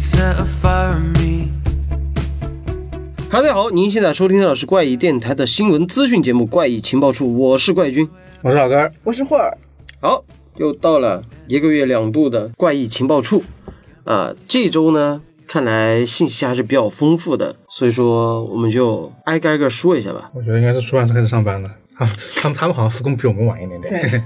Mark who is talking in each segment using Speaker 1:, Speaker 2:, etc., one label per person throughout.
Speaker 1: set a fire in me.
Speaker 2: Hello，大家好，您现在收听到的是怪异电台的新闻资讯节目《怪异情报处》，我是怪君。
Speaker 3: 我是老根儿，
Speaker 4: 我是霍尔，
Speaker 2: 好，又到了一个月两度的怪异情报处啊、这周呢，看来信息还是比较丰富的，所以说我们就挨个挨个说一下吧。
Speaker 3: 我觉得应该是出版社开始上班了。啊，他们他们好像复工比我们晚一点点。
Speaker 4: 对，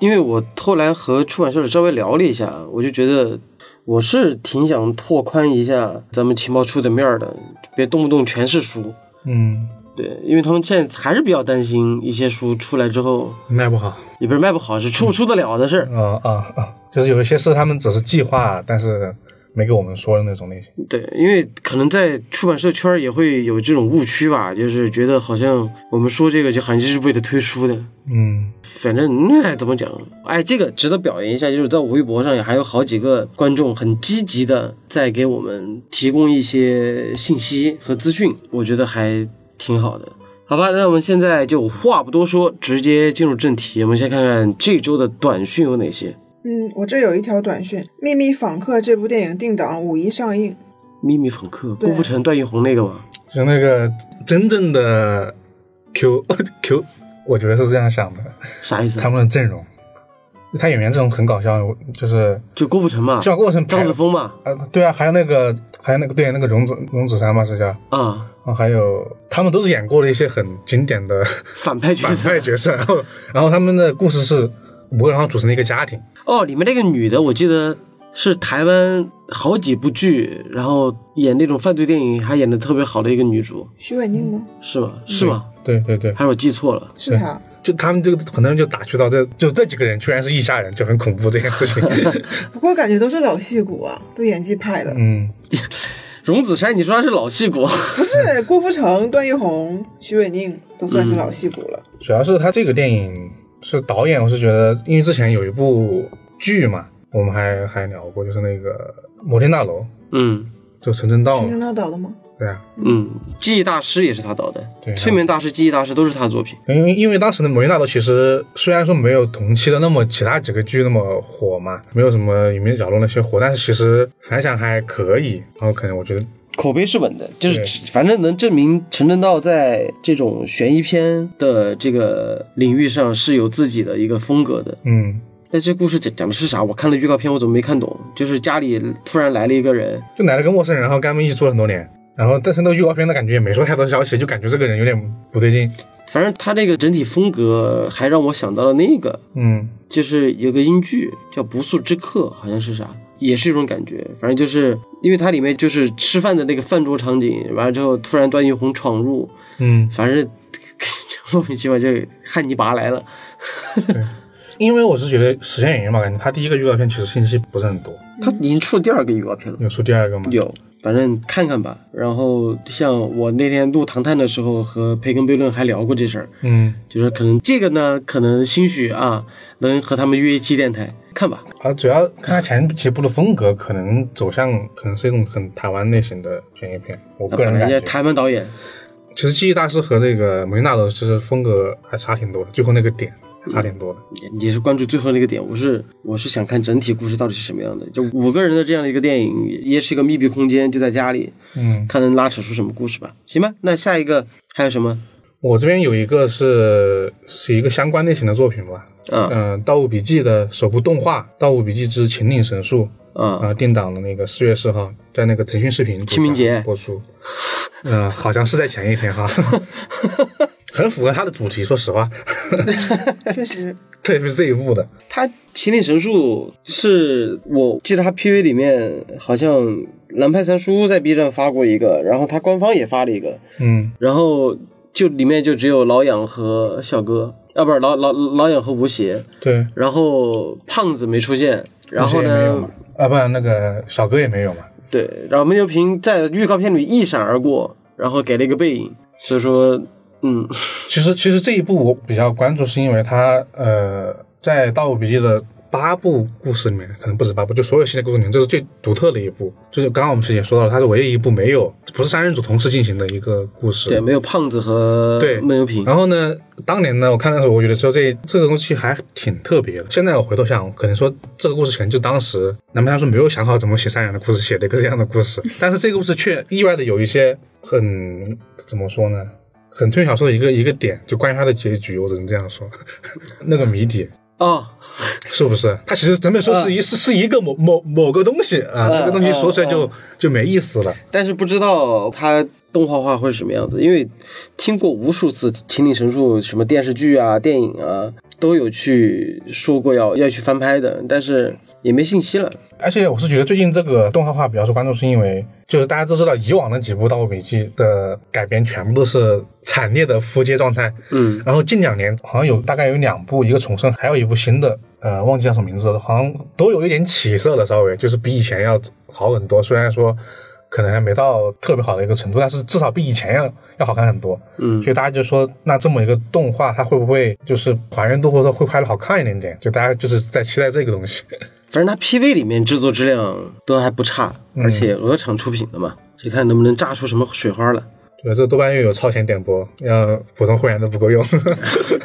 Speaker 2: 因为我后来和出版社稍微聊了一下，我就觉得我是挺想拓宽一下咱们情报处的面儿的，别动不动全是书。
Speaker 3: 嗯，
Speaker 2: 对，因为他们现在还是比较担心一些书出来之后，
Speaker 3: 卖不好。
Speaker 2: 也不是卖不好，是出不出得了的事儿。
Speaker 3: 啊啊啊！就是有一些是他们只是计划，但是没给我们说的那种类型。
Speaker 2: 对，因为可能在出版社圈儿也会有这种误区吧，就是觉得好像我们说这个就好像是为了推书的，
Speaker 3: 嗯，
Speaker 2: 反正那怎么讲？哎，这个值得表扬一下，就是在微博上也还有好几个观众很积极的在给我们提供一些信息和资讯，我觉得还挺好的。好吧，那我们现在就话不多说，直接进入正题。我们先看看这周的短讯有哪些。
Speaker 4: 嗯，我这有一条短讯，《秘密访客》这部电影定档五一上映，
Speaker 2: 秘密访客，
Speaker 4: 对
Speaker 2: 郭富城、段奕宏那个吗？
Speaker 3: 就那个真正的 Q Q，我觉得是这样想的，
Speaker 2: 啥意思啊？
Speaker 3: 他们的阵容，他演员阵容很搞笑，就是
Speaker 2: 就郭富城嘛，
Speaker 3: 像过程
Speaker 2: 张子枫嘛，
Speaker 3: 啊，对啊，还有那个还有那个对那个荣子荣子山嘛是叫，
Speaker 2: 啊，
Speaker 3: 啊，还有他们都是演过了一些很经典的
Speaker 2: 反派角
Speaker 3: 反
Speaker 2: 色。
Speaker 3: 派角色，然后然后他们的故事是五个人好像组成了一个家庭，
Speaker 2: 哦，里面那个女的，我记得是台湾好几部剧，然后演那种犯罪电影，还演的特别好的一个女主，
Speaker 4: 徐伟宁吗？
Speaker 2: 是吗？是吗？
Speaker 3: 对对对，
Speaker 2: 还是我记错了？
Speaker 4: 是他。
Speaker 3: 就他们就很多人就打趣到这就这几个人居然是一家人，就很恐怖这件事情。
Speaker 4: 不过感觉都是老戏骨啊，都演技派的，
Speaker 3: 嗯，
Speaker 2: 荣子山，你说她是老戏骨？
Speaker 4: 不是郭富城、段奕宏、徐伟宁都算是老戏骨了。
Speaker 3: 主要是他这个电影是导演，我是觉得因为之前有一部剧嘛，我们还还聊过，就是那个《摩天大楼》，
Speaker 2: 嗯
Speaker 3: 就陈正道
Speaker 4: 陈
Speaker 3: 嘛，
Speaker 4: 正道导的吗？
Speaker 3: 对啊，
Speaker 2: 嗯，记忆大师也是他导的，
Speaker 3: 对
Speaker 2: 催眠大师、记忆大师都是他的作品。
Speaker 3: 因为因为当时的《摩天大楼》其实虽然说没有同期的那么其他几个剧那么火嘛，没有什么《隐秘的角落》那些火，但是其实反响还可以。然后可能我觉得，
Speaker 2: 口碑是稳的，就是
Speaker 3: 对
Speaker 2: 反正能证明陈正道在这种悬疑片的这个领域上是有自己的一个风格的。
Speaker 3: 嗯，
Speaker 2: 那这故事讲讲的是啥？我看了预告片，我怎么没看懂？就是家里突然来了一个人，
Speaker 3: 就来了个陌生人，然后跟他们一起住了很多年。然后，但是那个预告片的感觉也没说太多消息，就感觉这个人有点不对劲。
Speaker 2: 反正他这个整体风格还让我想到了那个，
Speaker 3: 嗯，
Speaker 2: 就是有个英剧叫《不速之客》，好像是啥，也是一种感觉。反正就是因为它里面就是吃饭的那个饭桌场景，完了之后突然段奕宏闯入，
Speaker 3: 嗯，
Speaker 2: 反正 莫名其妙就汉尼拔来了。
Speaker 3: 因为我是觉得时间原因嘛，感觉他第一个预告片其实信息不是很多，
Speaker 2: 他已经出了第二个预告片了。
Speaker 3: 有出第二个吗？
Speaker 2: 有，反正看看吧。然后像我那天录《唐探》的时候，和培根悖论还聊过这事儿，
Speaker 3: 嗯，
Speaker 2: 就是可能这个呢，可能兴许啊，能和他们约一期电台，看吧。
Speaker 3: 啊，主要看他前几部的风格，可能走向可能是一种很台湾类型的悬疑片。我个人
Speaker 2: 人
Speaker 3: 感
Speaker 2: 家
Speaker 3: 觉，
Speaker 2: 台湾导演，
Speaker 3: 其实记忆大师和这个摩天大楼其实风格还差挺多的，最后那个点还差挺多的。
Speaker 2: 也也是关注最后那个点，我是我是想看整体故事到底是什么样的。就五个人的这样的一个电影，也也是一个密闭空间，就在家里，
Speaker 3: 嗯，
Speaker 2: 看能拉扯出什么故事吧。行吧，那下一个还有什么？
Speaker 3: 我这边有一个是是一个相关类型的作品吧，
Speaker 2: 啊
Speaker 3: 嗯、盗墓笔记》的首部动画《盗墓笔记之秦岭神树》啊、
Speaker 2: 啊，
Speaker 3: 定档了那个四月四号，在那个腾讯视频
Speaker 2: 清明节
Speaker 3: 播出，嗯、好像是在前一 天哈，很符合它的主题，说实话，
Speaker 4: 确实，
Speaker 3: 特别是这一部的，
Speaker 2: 他《麒麟神树》是我记得他 PV 里面好像蓝派三叔在 B 站发过一个，然后他官方也发了一个，
Speaker 3: 嗯，
Speaker 2: 然后就里面就只有老痒和笑哥，啊不是老老老痒和吴邪，
Speaker 3: 对，
Speaker 2: 然后胖子没出现，然后
Speaker 3: 这也没有
Speaker 2: 呢
Speaker 3: 嘛，，啊不，那个小哥也没有嘛，
Speaker 2: 对，然后闷油瓶在预告片里一闪而过，然后给了一个背影，所以说，嗯，
Speaker 3: 其实其实这一部我比较关注，是因为它呃，在《盗墓笔记》的八部故事里面，可能不止八部，就所有系列故事里面，这是最独特的一部。就是刚刚我们师姐也说到了，它是唯一一部没有不是三人组同时进行的一个故事。
Speaker 2: 对，没有胖子和
Speaker 3: 对啊
Speaker 2: 闷油瓶，
Speaker 3: 然后呢，当年呢，我看的时候，我觉得说这这个东西还挺特别的。现在我回头想，可能说这个故事可能就当时南派说没有想好怎么写三人的故事，写了一个这样的故事。但是这个故事却意外的有一些很怎么说呢，很推理小说的一个一个点，就关于它的结局，我只能这样说， 那个谜底。
Speaker 2: 哦，
Speaker 3: 是不是？它其实整
Speaker 2: 嗯
Speaker 3: 本书是一是、是一个某某某个东西啊，这、个东西说出来
Speaker 2: 嗯
Speaker 3: 就、就没意思了。
Speaker 2: 但是不知道它动画化会是什么样子，因为听过无数次《秦岭神树》什么电视剧啊、电影啊都有去说过要要去翻拍的，但是也没信息了。
Speaker 3: 而且我是觉得最近这个动画化比较受关注，是因为就是大家都知道以往的几部《盗墓笔记》的改编全部都是惨烈的扑街状态，
Speaker 2: 嗯，
Speaker 3: 然后近两年好像有大概有两部，一个重生，还有一部新的，呃，忘记叫什么名字了，好像都有一点起色了，稍微就是比以前要好很多。虽然说可能还没到特别好的一个程度，但是至少比以前要要好看很多。
Speaker 2: 嗯
Speaker 3: 所以大家就说，那这么一个动画，它会不会就是还原度或者说会拍的好看一点点？就大家就是在期待这个东西。
Speaker 2: 反正它 PV 里面制作质量都还不差，而且鹅厂出品的嘛，就看能不能炸出什么水花了。
Speaker 3: 对，这豆瓣又有超前点播，要普通会员都不够用。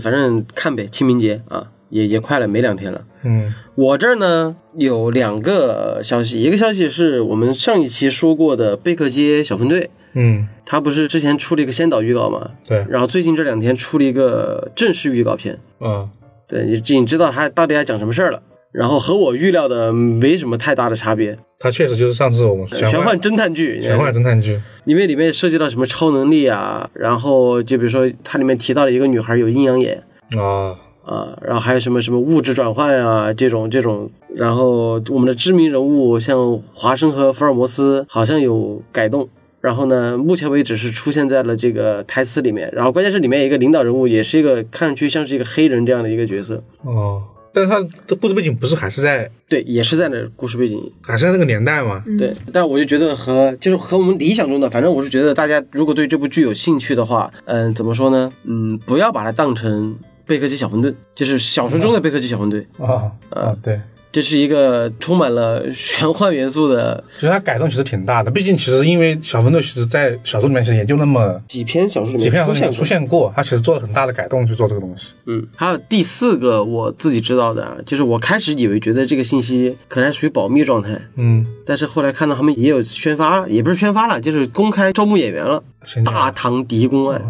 Speaker 2: 反正看呗，清明节啊，也也快了，没两天了。
Speaker 3: 嗯
Speaker 2: 我这儿呢有两个消息，一个消息是我们上一期说过的贝克街小分队，
Speaker 3: 嗯，
Speaker 2: 他不是之前出了一个先导预告嘛？
Speaker 3: 对，
Speaker 2: 然后最近这两天出了一个正式预告片，
Speaker 3: 啊、
Speaker 2: 对你你知道他到底要讲什么事儿了。然后和我预料的没什么太大的差别，
Speaker 3: 它确实就是上次我们
Speaker 2: 玄
Speaker 3: 玄
Speaker 2: 幻侦探剧，
Speaker 3: 玄幻侦探剧。
Speaker 2: 因为里面涉及到什么超能力啊，然后就比如说它里面提到了一个女孩有阴阳眼
Speaker 3: 啊，
Speaker 2: 啊，然后还有什么什么物质转换啊这种这种，然后我们的知名人物像华生和福尔摩斯好像有改动。然后呢，目前为止是出现在了这个台词里面，然后关键是里面有一个领导人物也是一个看上去像是一个黑人这样的一个角色，
Speaker 3: 哦，但是它的故事背景不是还是在
Speaker 2: 对，也是在那故事背景
Speaker 3: 还是在那个年代吗？
Speaker 2: 对，但我就觉得和就是和我们理想中的，反正我是觉得大家如果对这部剧有兴趣的话，嗯，怎么说呢？嗯，不要把它当成贝克街小分队，就是小说中的贝克街小分队，
Speaker 3: 啊啊，对，
Speaker 2: 这是一个充满了玄幻元素的
Speaker 3: 其实它改动其实挺大的，毕竟其实因为小分队其实，在小说里面其实也就那么
Speaker 2: 几篇小说里
Speaker 3: 几
Speaker 2: 面
Speaker 3: 篇小
Speaker 2: 出
Speaker 3: 说里
Speaker 2: 现
Speaker 3: 面
Speaker 2: 过
Speaker 3: 出。现过，它其实做了很大的改动去做这个东西。
Speaker 2: 嗯，还有第四个我自己知道的啊，就是我开始以为觉得这个信息可能还属于保密状态，
Speaker 3: 嗯，
Speaker 2: 但是后来看到他们也有宣发，也不是宣发了，就是公开招募演员了。
Speaker 3: 神奇
Speaker 2: 大唐狄公
Speaker 3: 嗯
Speaker 2: 案，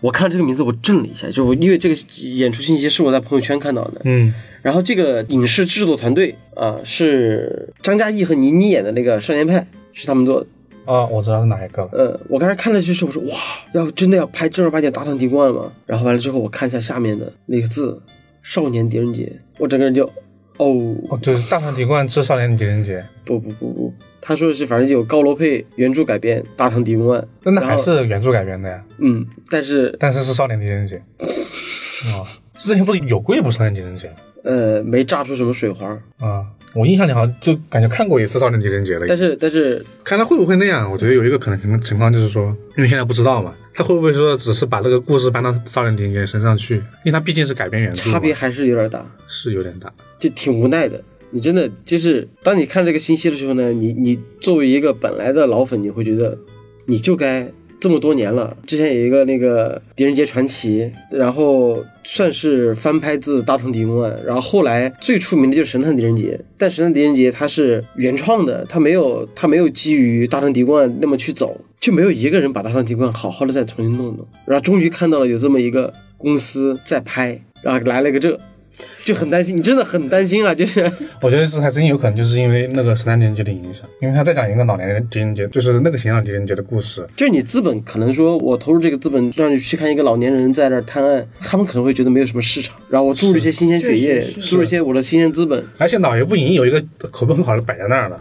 Speaker 2: 我看这个名字我震了一下，就我因为这个演出信息是我在朋友圈看到的。
Speaker 3: 嗯
Speaker 2: 然后这个影视制作团队啊、是张嘉译和倪妮演的那个《少年派》是他们做的。
Speaker 3: 啊，我知道是哪一个了。
Speaker 2: 呃，我刚才看了这时候我说哇，要真的要拍正儿八经大唐狄公案吗？然后完了之后我看一下下面的那个字“少年狄仁杰”，我整个人就哦
Speaker 3: 哦，就是《大唐狄冠之少年狄仁杰》，
Speaker 2: 不不不不，他说的是反正有高罗佩原著改编《大唐狄公案》，
Speaker 3: 那那
Speaker 2: 然
Speaker 3: 还
Speaker 2: 后
Speaker 3: 是原著改编的呀，
Speaker 2: 嗯，但是
Speaker 3: 但是是少年 狄仁杰。啊，之前不是有过一部《少年狄仁杰》
Speaker 2: 呃没炸出什么水花儿。
Speaker 3: 啊？我印象里好像就感觉看过一次《少年狄仁杰》了已经。
Speaker 2: 但是但是
Speaker 3: 看他会不会那样？我觉得有一个可能情情况就是说，因为现在不知道嘛，他会不会说只是把这个故事搬到少年狄仁杰身上去？因为他毕竟是改编原著嘛，
Speaker 2: 差别还是有点大，
Speaker 3: 是有点大。
Speaker 2: 就挺无奈的。你真的就是当你看这个信息的时候呢，你你作为一个本来的老粉，你会觉得你就该这么多年了。之前有一个那个《狄仁杰传奇》，然后算是翻拍自《大唐狄公案》，然后后来最出名的就是《神探狄仁杰》，但《神探狄仁杰》它是原创的，它没有它没有基于《大唐狄公案》那么去走，就没有一个人把《大唐狄公案》好好的再重新弄弄。然后终于看到了有这么一个公司在拍，然后来了个这。就很担心，你真的很担心啊！ 就是，
Speaker 3: 我觉得这还真有可能就是因为那个《神探狄仁杰》的影响，因为他在讲一个老年狄仁杰，就是那个形象狄仁杰的故事。
Speaker 2: 就是你资本可能说，我投入这个资本，让你去看一个老年人在那儿探案，他们可能会觉得没有什么市场。然后我注入一些新鲜血液，
Speaker 4: 确实是
Speaker 2: 注入一些我的新鲜资本。
Speaker 3: 而且老爷不赢有一个口碑很好的摆在那儿了，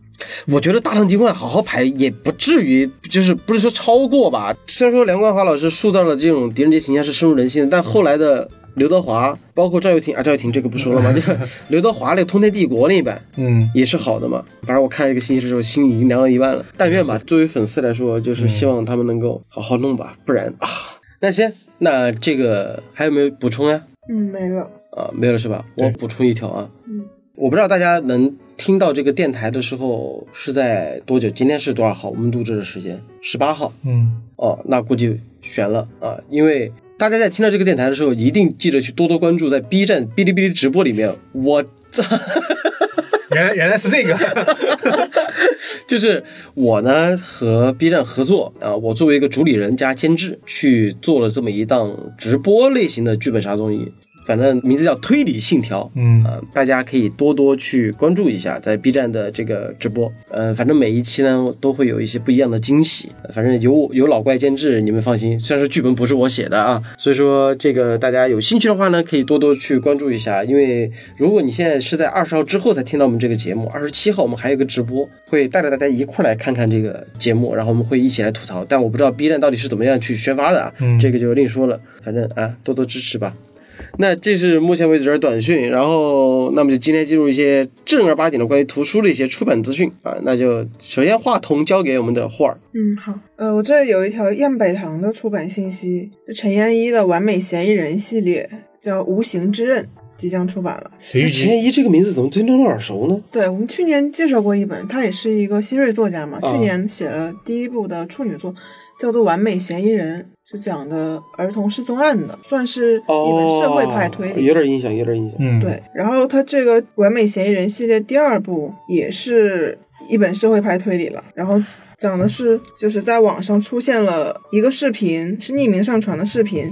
Speaker 2: 我觉得《大唐狄公案》好好排也不至于，就是不是说超过吧。虽然说梁冠华老师塑造了这种狄仁杰形象是深入人心的，但后来的刘德华，包括赵又廷啊，赵又廷这个不说了 嘛，就是刘德华那个《通天帝国》那一版，
Speaker 3: 嗯，
Speaker 2: 也是好的嘛。反正我看了这个信息的时候，心已经凉了一半了。但愿吧，作为粉丝来说，就是希望他们能够好好弄吧，不然啊。那行，那这个还有没有补充呀、
Speaker 4: 嗯，没了。
Speaker 2: 啊，没有了是吧？我
Speaker 3: 对
Speaker 2: 补充一条啊，
Speaker 4: 嗯，
Speaker 2: 我不知道大家能听到这个电台的时候是在多久？今天是多少号？我们录制的时间十八号
Speaker 3: 嗯，
Speaker 2: 哦，那估计悬了啊，因为。大家在听到这个电台的时候，一定记得去多多关注在 B 站、哔哩哔哩直播里面，我操，
Speaker 3: 原来原来是这个，
Speaker 2: 就是我呢和 B 站合作啊，我作为一个主理人加监制，去做了这么一档直播类型的剧本杀综艺，反正名字叫《推理信条》。
Speaker 3: 嗯
Speaker 2: 啊、大家可以多多去关注一下在 B 站的这个直播。呃，反正每一期呢都会有一些不一样的惊喜。呃反正有有老怪监制，你们放心。虽然说剧本不是我写的啊，所以说这个大家有兴趣的话呢，可以多多去关注一下。因为如果你现在是在二十号之后才听到我们这个节目，二十七号我们还有一个直播，会带着大家一块儿来看看这个节目，然后我们会一起来吐槽。但我不知道 B 站到底是怎么样去宣发的啊，
Speaker 3: 嗯
Speaker 2: 这个就另说了。反正啊，多多支持吧。那这是目前为止的短讯，然后那么就今天进入一些正儿八经的关于图书的一些出版资讯啊，那就首先话筒交给我们的霍尔，
Speaker 4: 嗯，好，呃，我这里有一条燕北堂的出版信息，就陈燕一的《完美嫌疑人》系列叫《无形之刃》，即将出版了。
Speaker 3: 徐玉
Speaker 2: 前
Speaker 3: 吉，
Speaker 2: 一这个名字怎么听着那么耳熟呢？
Speaker 4: 对我们去年介绍过一本，他也是一个新锐作家嘛，
Speaker 2: 啊
Speaker 4: 去年写了第一部的处女作，叫做《完美嫌疑人》，是讲的儿童失踪案的，算是一
Speaker 2: 哦
Speaker 4: 本社会派推理。
Speaker 2: 有点印象，有点印象。
Speaker 3: 嗯，
Speaker 4: 对，然后他这个《完美嫌疑人》系列第二部也是一本社会派推理了，然后讲的是就是在网上出现了一个视频，是匿名上传的视频，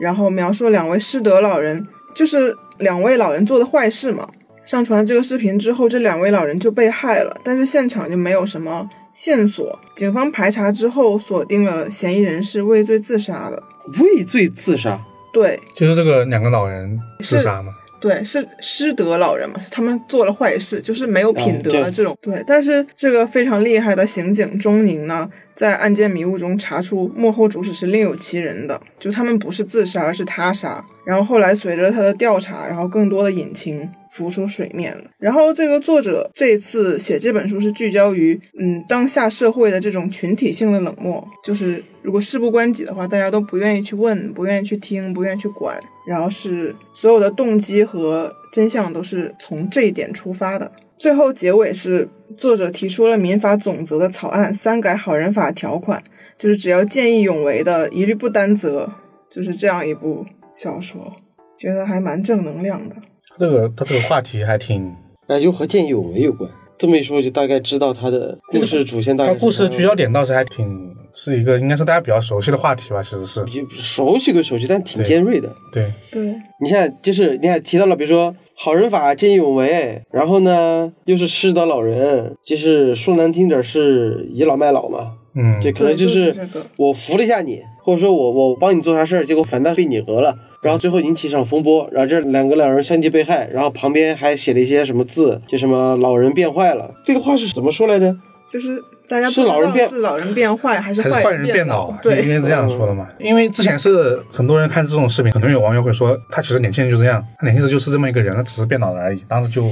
Speaker 4: 然后描述两位失德老人，就是两位老人做的坏事嘛。上传这个视频之后，这两位老人就被害了，但是现场就没有什么线索。警方排查之后，锁定了嫌疑人是畏罪自杀的。
Speaker 2: 畏罪自杀，
Speaker 4: 对
Speaker 3: 就是这个两个老人自杀嘛，
Speaker 4: 对，是失德老人嘛，是他们做了坏事，就是没有品德
Speaker 2: 啊
Speaker 4: 啊这种。对，但是这个非常厉害的刑警钟宁呢，在案件迷雾中查出幕后主使是另有其人的，就他们不是自杀，而是他杀。然后后来随着他的调查，然后更多的隐情浮出水面了。然后这个作者这次写这本书是聚焦于，嗯，当下社会的这种群体性的冷漠，就是如果事不关己的话，大家都不愿意去问，不愿意去听，不愿意去管，然后是所有的动机和真相都是从这一点出发的。最后结尾是作者提出了民法总则的草案三改好人法条款，就是只要见义勇为的，一律不担责，就是这样一部小说，觉得还蛮正能量的。
Speaker 3: 这个他这个话题还挺，
Speaker 2: 那就和见义勇为有关。这么一说，就大概知道他的故事主线大概
Speaker 3: 他
Speaker 2: 是
Speaker 3: 故事的
Speaker 2: 什么
Speaker 3: 聚焦点倒是还挺，是一个应该是大家比较熟悉的话题吧，其实是
Speaker 2: 就熟悉归熟悉，但挺尖锐的。
Speaker 3: 嗯对，
Speaker 4: 对，
Speaker 2: 你看，就是你看提到了，比如说好人法、见义勇为，然后呢又是失德老人，就是说难听点儿是倚老卖老嘛，
Speaker 3: 嗯，
Speaker 2: 这可能
Speaker 4: 对
Speaker 2: 就
Speaker 4: 就是是这个
Speaker 2: 我扶了一下你，或者说我我帮你做啥事儿，结果反倒被你讹了，然后最后引起一场风波，然后这两个老人相继被害，然后旁边还写了一些什么字，就什么老人变坏了，这个话是怎么说来着？
Speaker 4: 就是大家不
Speaker 2: 是
Speaker 4: 知
Speaker 2: 老人
Speaker 4: 道
Speaker 2: 变
Speaker 4: 是老人变坏还是
Speaker 3: 还是
Speaker 4: 坏
Speaker 3: 坏人变
Speaker 4: 变
Speaker 3: 老，啊应
Speaker 4: 对
Speaker 3: 该这样说的嘛。因为之前是很多人看这种视频，很多有网友会说，他其实年轻人就这样，他年轻时就是这么一个人，他只是变老了而已。当时就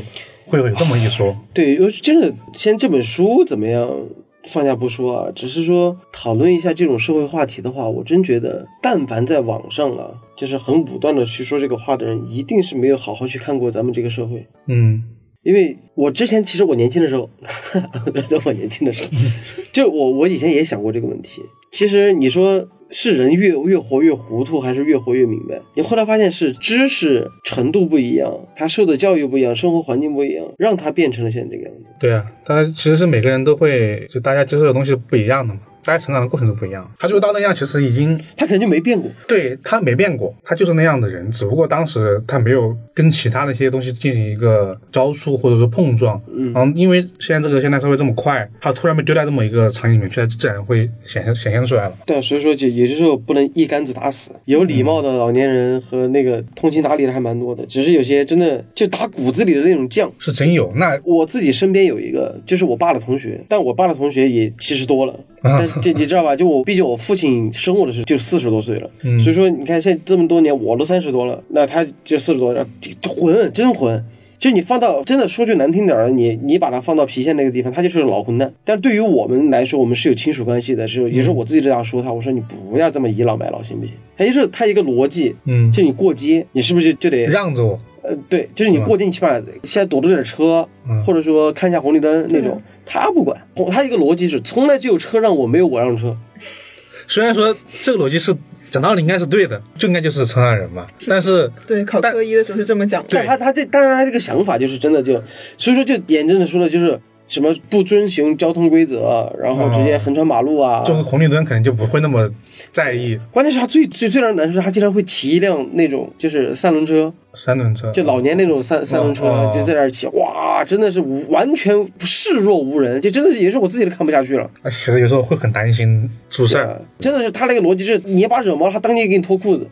Speaker 3: 会有这么一说，
Speaker 2: 对，尤其真的，先这本书怎么样？放下不说啊，只是说讨论一下这种社会话题的话，我真觉得，但凡在网上啊，就是很武断的去说这个话的人，一定是没有好好去看过咱们这个社会。
Speaker 3: 嗯，
Speaker 2: 因为我之前其实我年轻的时候， 在我年轻的时候，就我我以前也想过这个问题。其实你说是人越越活越糊涂，还是越活越明白？你后来发现是知识程度不一样，他受的教育不一样，生活环境不一样，让他变成了现在这个样子。
Speaker 3: 对啊，当然其实是每个人都会，就大家接受的东西是不一样的嘛，大家成长的过程都不一样。他就到那样，其实已经
Speaker 2: 他肯定没变过。
Speaker 3: 对他没变过，他就是那样的人，只不过当时他没有跟其他的一些东西进行一个交触或者说碰撞，嗯，然后因为现在这个现代社会这么快，他突然被丢在这么一个场景里面去，他自然会显现显现出来了。
Speaker 2: 对，啊所以说就也就是说不能一竿子打死，有礼貌的老年人和那个通情达理的还蛮多的，只是有些真的就打骨子里的那种犟。
Speaker 3: 是真有，那
Speaker 2: 我自己身边有一个，就是我爸的同学，但我爸的同学也七十多了，但是这你知道吧？就我，毕竟我父亲生我的时候就四十多岁了，所以说你看现在这么多年，我都三十多了，那他就四十多了，这这混真混。就你放到真的说句难听点儿的，你你把他放到郫县那个地方，他就是个老混蛋。但对于我们来说，我们是有亲属关系的，是有也是我自己这样说他，我说你不要这么倚老卖老，行不行？他就是他一个逻辑，
Speaker 3: 嗯，
Speaker 2: 就你过街，你是不是就得
Speaker 3: 让着我，
Speaker 2: 呃，对，就是你过境起码先躲着点车，
Speaker 3: 嗯
Speaker 2: 或者说看一下红绿灯那
Speaker 4: 对
Speaker 2: 种，他不管。红他一个逻辑是，从来只有车让我，没有我让车。
Speaker 3: 虽然说这个逻辑是讲道理应该是对的，就应该就是承让人嘛，但是
Speaker 4: 对，考
Speaker 3: 但
Speaker 4: 科一的时候是这么讲的。
Speaker 2: 但他他这当然他这个想法就是真的就，所以说就严正的说的就是什么不遵循交通规则，然后直接横穿马路啊。
Speaker 3: 哦就红绿灯可能就不会那么在意
Speaker 2: 关键是他最最最让人难受，他经常会骑一辆那种就是三轮车，
Speaker 3: 三轮车，
Speaker 2: 就老年那种三三轮车
Speaker 3: 哦，
Speaker 2: 就在那儿骑，哇，真的是无完全视若无人，就真的是也是我自己都看不下去了。
Speaker 3: 哎，其实有时候会很担心出事儿，
Speaker 2: 真的是他那个逻辑是，你把惹毛了，他当街给你脱裤子。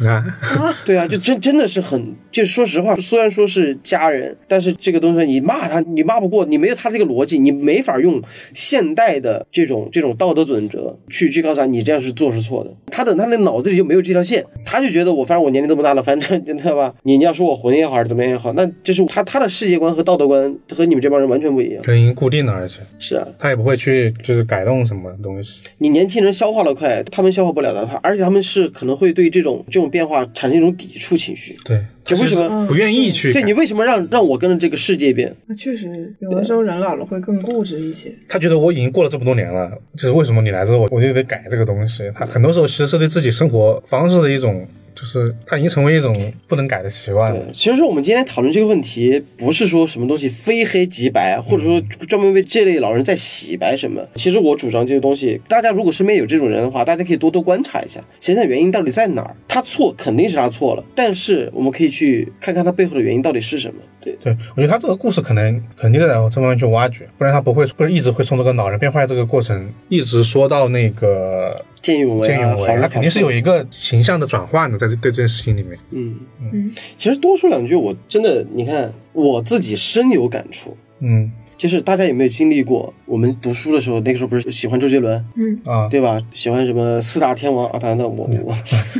Speaker 3: 你看，
Speaker 2: 对啊，就真真的是很，就说实话，虽然说是家人，但是这个东西你骂他，你骂不过，你没有他这个逻辑，你没法用现代的这种这种道德准则去去告诉他你这样是做是错的。他的他的脑子里就没有这条线，他就觉得我反正我年龄这么大了，反正 你知道吧？你你要说我混也好，还是怎么样也好，那就是他他的世界观和道德观和你们这帮人完全不一样。
Speaker 3: 可能已经固定了，而且
Speaker 2: 是啊，
Speaker 3: 他也不会去就是改动什么东西。
Speaker 2: 你年轻人消化的快，他们消化不了的，他而且他们是可能会对这种这种变化产生一种抵触情绪。
Speaker 3: 对，
Speaker 2: 就为什么
Speaker 3: 就是不愿意去改？
Speaker 2: 对你为什么让让我跟着这个世界变？
Speaker 4: 那确实，有的时候人老了会更固执一些。
Speaker 3: 他觉得我已经过了这么多年了，就是为什么你来之后我我就得改这个东西？他很多时候其实是对自己生活方式的一种，就是他已经成为一种不能改的习惯了。
Speaker 2: 呃其实我们今天讨论这个问题，不是说什么东西非黑即白，啊
Speaker 3: 嗯
Speaker 2: 或者说专门为这类老人在洗白什么。其实我主张这个东西，大家如果身边有这种人的话，大家可以多多观察一下，想想原因到底在哪儿。他错肯定是他错了，但是我们可以去看看他背后的原因到底是什么。对，
Speaker 3: 对，我觉得他这个故事可能肯定在往这方面去挖掘，不然他不会不是一直会从这个老人变坏这个过程一直说到那个
Speaker 2: 见义勇为
Speaker 3: 见义
Speaker 2: 啊，
Speaker 3: 勇
Speaker 2: 好
Speaker 3: 为，
Speaker 2: 人
Speaker 3: 他
Speaker 2: 好
Speaker 3: 肯定是
Speaker 2: 事
Speaker 3: 有一个形象的转换的，在这对这件事情里面。
Speaker 2: 嗯
Speaker 4: 嗯，
Speaker 2: 其实多说两句，我真的你看我自己深有感触。
Speaker 3: 嗯
Speaker 2: 就是大家有没有经历过？我们读书的时候，那个时候不是喜欢周杰伦，
Speaker 4: 嗯，
Speaker 3: 啊，
Speaker 2: 对吧？喜欢什么四大天王啊？当然了，我我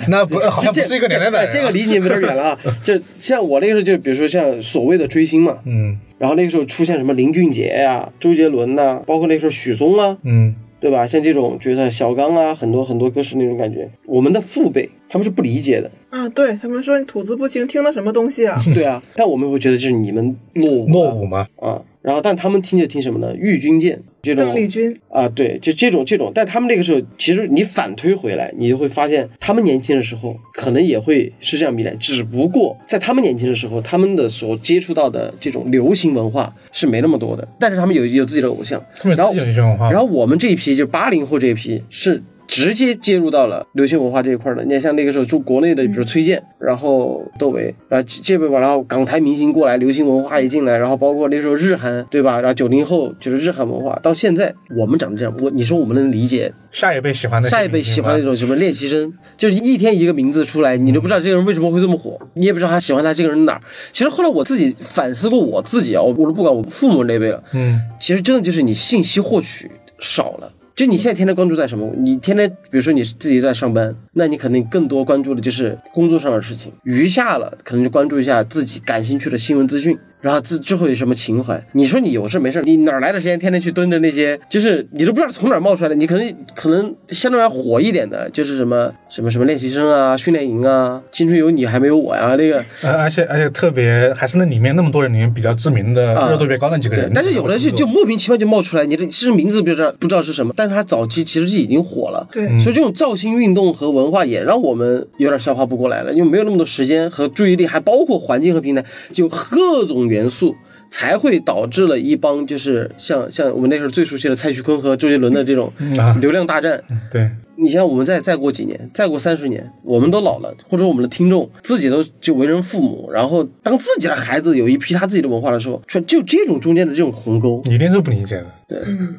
Speaker 3: 那不嗯
Speaker 2: 就
Speaker 3: 好像不
Speaker 2: 这
Speaker 3: 是一个年代
Speaker 2: 这
Speaker 3: 的人啊
Speaker 2: 这个离你们有点远了啊。就像我那个时候，就比如说像所谓的追星嘛，
Speaker 3: 嗯
Speaker 2: 然后那个时候出现什么林俊杰呀、周杰伦呐、包括那个时候许嵩啊，
Speaker 3: 嗯
Speaker 2: 对吧？像这种角色，小刚啊，很多很多歌手那种感觉，我们的父辈他们是不理解的，
Speaker 4: 啊，对他们说你吐字不清，听的什么东西啊？
Speaker 2: 对啊。但我们会觉得就是你们落伍
Speaker 3: 嗯落
Speaker 2: 了
Speaker 3: 伍嘛，
Speaker 2: 啊，然后但他们听就听什么呢？郁钧剑这种
Speaker 4: 邓丽君，
Speaker 2: 啊，对，就这种这种，但他们那个时候，其实你反推回来，你就会发现，他们年轻的时候可能也会是这样迷恋，只不过在他们年轻的时候，他们的所接触到的这种流行文化是没那么多的，但是他们有有自己的偶像，
Speaker 3: 他们有
Speaker 2: 然后
Speaker 3: 自己有一些文化
Speaker 2: 然。后我们这一批就八零后这一批是直接接入到了流行文化这一块的。你看像那个时候住国内的，比如崔健，然后窦唯，然后这这边吧，然后港台明星过来，流行文化一进来，然后包括那时候日韩，对吧？然后九零后就是日韩文化，到现在我们长得这样，我你说我们能理解
Speaker 3: 下一辈喜欢的
Speaker 2: 下一辈喜欢那种什么练习生，就是一天一个名字出来，你都不知道这个人为什么会这么火，你也不知道他喜欢他这个人哪儿。其实后来我自己反思过我自己啊，我我都不管我父母那辈了，
Speaker 3: 嗯，
Speaker 2: 其实真的就是你信息获取少了。就你现在天天关注在什么？你天天，比如说你自己在上班，那你肯定更多关注的就是工作上的事情，余下了可能就关注一下自己感兴趣的新闻资讯，然后之之后有什么情怀？你说你有事没事，你哪来的时间天天去蹲着那些？就是你都不知道从哪儿冒出来的。你可能可能相对来说火一点的，就是什么什么什么练习生啊、训练营啊、青春有你还没有我呀、啊那个
Speaker 3: 呃，而且而且特别还是那里面那么多人里面比较知名的、
Speaker 2: 啊
Speaker 3: 热度比较高的几个
Speaker 2: 对
Speaker 3: 人，，
Speaker 2: 但是有的就就莫名其妙就冒出来，你的其实名字不知道不知道是什么，但是它早期其实就已经火了。
Speaker 4: 对，
Speaker 2: 所以这种造星运动和文化也让我们有点消化不过来了，因为没有那么多时间和注意力，还包括环境和平台，就各种元素。才会导致了一帮就是像像我们那时候最熟悉的蔡徐坤和周杰伦的这种
Speaker 3: 啊
Speaker 2: 流量大战，
Speaker 3: 对，
Speaker 2: 你像我们再再过几年，再过三十年，我们都老了，或者我们的听众自己都就为人父母，然后当自己的孩子有一批他自己的文化的时候，就就这种中间的这种鸿沟，
Speaker 3: 你一定是不理解的。
Speaker 2: 对。
Speaker 4: 嗯，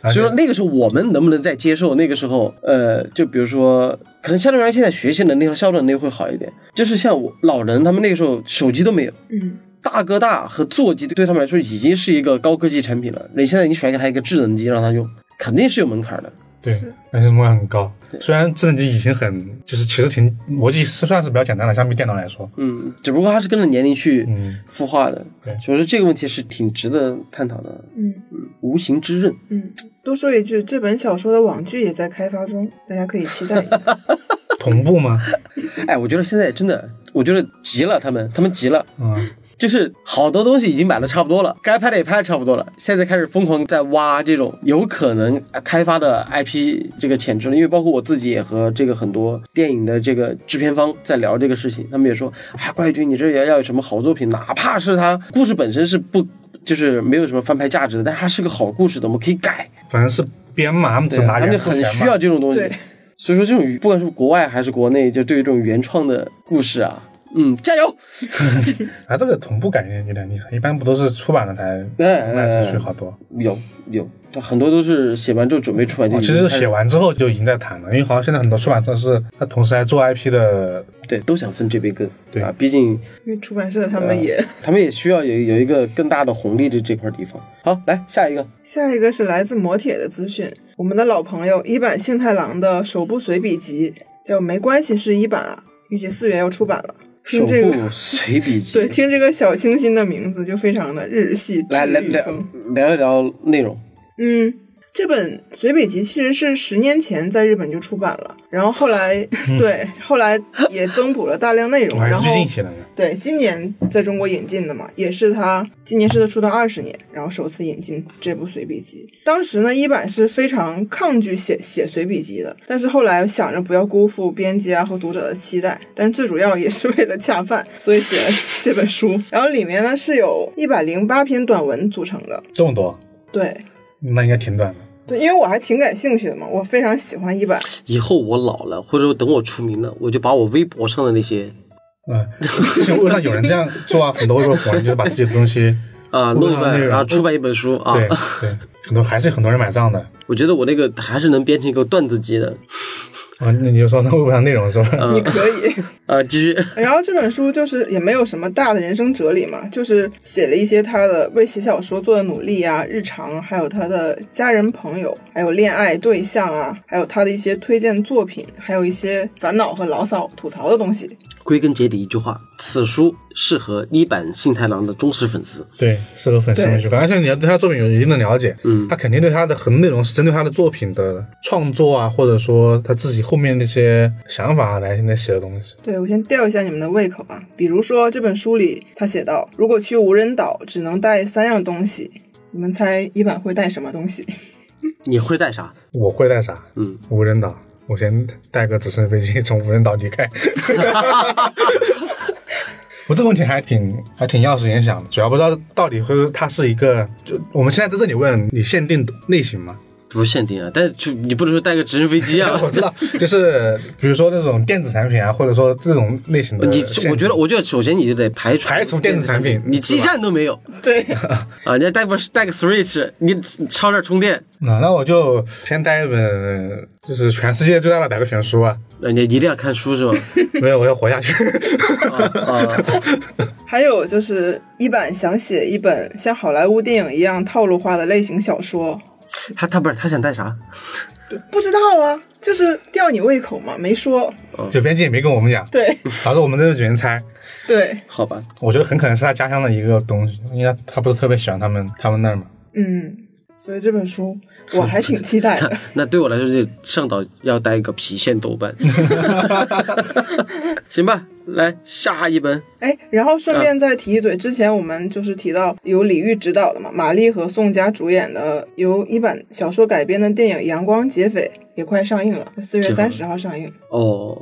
Speaker 3: 而且
Speaker 2: 所以说那个时候我们能不能再接受那个时候，呃，就比如说，可能相对来说现在学习能力和效率能力会好一点，就是像我老人他们那个时候手机都没有，
Speaker 4: 嗯，
Speaker 2: 大哥大和座机对他们来说已经是一个高科技产品了，你现在你甩给他一个智能机让他用，肯定是有门槛的。
Speaker 3: 对，而且门槛很高。虽然智能机已经很就是其实挺逻辑是算是比较简单的，相比电脑来说，
Speaker 2: 嗯，只不过它是跟着年龄去
Speaker 3: 嗯
Speaker 2: 孵化的，
Speaker 3: 对
Speaker 2: 所以说这个问题是挺值得探讨的。
Speaker 4: 嗯
Speaker 2: 无形之刃，
Speaker 4: 嗯，多说一句，这本小说的网剧 也在开发中，大家可以期待一下。
Speaker 3: 同步吗？
Speaker 2: 哎，我觉得现在真的我觉得急了，他们他们急了，
Speaker 3: 嗯，
Speaker 2: 就是好多东西已经买的差不多了，该拍的也拍的差不多了，现在开始疯狂在挖这种有可能呃开发的 IP 这个潜质了。因为包括我自己也和这个很多电影的这个制片方在聊这个事情，他们也说，哎，怪军，你这也要有什么好作品，哪怕是它故事本身是不。就是没有什么翻拍价值的，但它是个好故事的，我们可以改。
Speaker 3: 反正是编嘛，他们只
Speaker 2: 对啊
Speaker 3: 拿
Speaker 2: 他
Speaker 3: 原
Speaker 2: 们
Speaker 3: 著
Speaker 2: 很
Speaker 3: 钱
Speaker 2: 需
Speaker 3: 嘛
Speaker 2: 要这种东西
Speaker 4: 对。
Speaker 2: 所以说，这种不管是国外还是国内，就对于这种原创的故事啊，嗯，加油！
Speaker 3: 啊，这个同步感觉有点厉害，一般不都是出版了才
Speaker 2: 哎
Speaker 3: 卖出去好多？
Speaker 2: 有有，它很多都是写完之后准备出版就、
Speaker 3: 哦其实写完之后就已经在谈了，因为好像现在很多出版社是它同时还做 IP 的，
Speaker 2: 对都想分这杯羹，
Speaker 3: 对
Speaker 2: 啊，毕竟
Speaker 4: 因为出版社
Speaker 3: 呃
Speaker 4: 他们也、
Speaker 2: 他们也需要有有一个更大的红利的这块地方。好，来下一个，
Speaker 4: 下一个是来自磨铁的资讯，我们的老朋友一版幸太郎的首部随笔集叫《没关系是一版啊》，预计四月要出版了。
Speaker 2: 手
Speaker 4: 听这 个，
Speaker 2: 部随笔集，
Speaker 4: 对，听这个小清新的名字就非常的日系
Speaker 2: 来来
Speaker 4: 治愈
Speaker 2: 聊
Speaker 4: 风
Speaker 2: 聊一聊内容。
Speaker 4: 嗯，这本随笔集其实是十年前在日本就出版了，然后 后来、对，后来也增补了大量内
Speaker 3: 我
Speaker 4: 容，
Speaker 3: 还
Speaker 4: 然
Speaker 3: 是
Speaker 4: 后
Speaker 3: 最近写的呢。
Speaker 4: 对，今年在中国引进的嘛，也是他今年是他出道二十年，然后首次引进这部随笔集。当时呢，一版是非常抗拒写写随笔集的，但是后来想着不要辜负编辑啊和读者的期待，但是最主要也是为了恰饭，所以写了这本书。 然后里面呢是有一百零八篇短文组成的，
Speaker 3: 这么多，
Speaker 4: 对。
Speaker 3: 那应该挺短的。
Speaker 4: 对，因为我还挺感兴趣的嘛，我非常喜欢一版，
Speaker 2: 以后我老了，或者说等我出名了，我就把我微博上的那些
Speaker 3: 嗯，之前微博上有人这样做啊，很多微博火人就是把自己的东西，
Speaker 2: 啊
Speaker 3: 微博
Speaker 2: 弄出
Speaker 3: 上
Speaker 2: 来，
Speaker 3: 的内容
Speaker 2: 然后出版一本书啊。
Speaker 3: 对对，很多还是很多人买账的。
Speaker 2: 我觉得我那个还是能编成一个段子集的。
Speaker 3: 啊，那你就说那微博上内容是吧？
Speaker 4: 你可以。
Speaker 2: 啊，继续。
Speaker 4: 然后这本书就是也没有什么大的人生哲理嘛，就是写了一些他的为写小说做的努力啊、日常，还有他的家人、朋友，还有恋爱对象啊，还有他的一些推荐作品，还有一些烦恼和牢骚、吐槽的东西。
Speaker 2: 归根结底一句话，此书适合一版幸太郎的忠实粉丝。
Speaker 3: 对，适合粉丝们去看。而且你要对他作品有一定的了解，
Speaker 2: 嗯
Speaker 3: 他肯定对他的很多内容是针对他的作品的创作啊，或者说他自己后面那些想法来来写的东西。
Speaker 4: 对我先吊一下你们的胃口啊，比如说这本书里他写到，如果去无人岛只能带三样东西，你们猜一版会带什么东西？
Speaker 2: 你会带啥？
Speaker 3: 我会带啥？
Speaker 2: 嗯，
Speaker 3: 无人岛，我先带个直升飞机从无人岛离开。 我这个问题还挺还挺要时间想的，主要不知道到底会是它是一个，就我们现在在这里问你限定类型吗？。
Speaker 2: 不限定啊，但是就你不能说带个直升飞机啊
Speaker 3: 我知道，就是比如说那种电子产品啊，或者说这种类型的
Speaker 2: 你
Speaker 3: 呃限定，
Speaker 2: 我觉得，我觉得首先你就得排除
Speaker 3: 排除电子产品
Speaker 2: 你基站都没有
Speaker 4: 对，
Speaker 2: 啊！你要带不带个 Switch，你插那充电，
Speaker 3: 那、那我就先带一本，就是全世界最大的百科全书啊，
Speaker 2: 人家一定要看书是吧？
Speaker 3: 没有，我要活下去。
Speaker 2: 啊，
Speaker 4: 还有就是一版想写一本像好莱坞电影一样套路化的类型小说，
Speaker 2: 他他不是他想带啥？
Speaker 4: 不知道啊，就是吊你胃口嘛，没说。
Speaker 3: 就编辑也没跟我们讲，
Speaker 4: 对
Speaker 3: 导致我们这边只能猜。
Speaker 4: 对，
Speaker 2: 好吧，
Speaker 3: 我觉得很可能是他家乡的一个东西，因为他他不是特别喜欢他们他们那儿嘛。
Speaker 4: 嗯，所以这本书我还挺期待 的。
Speaker 2: 那对我来说就上岛要带一个郫县豆瓣， 行吧？来下一本，
Speaker 4: 哎，然后顺便再提一嘴，之前我们就是提到由李玉执导的嘛，马丽和宋佳主演的由一版小说改编的电影《阳光劫匪》也快上映了，四月
Speaker 2: 是
Speaker 4: 三十号上映。
Speaker 2: 哦，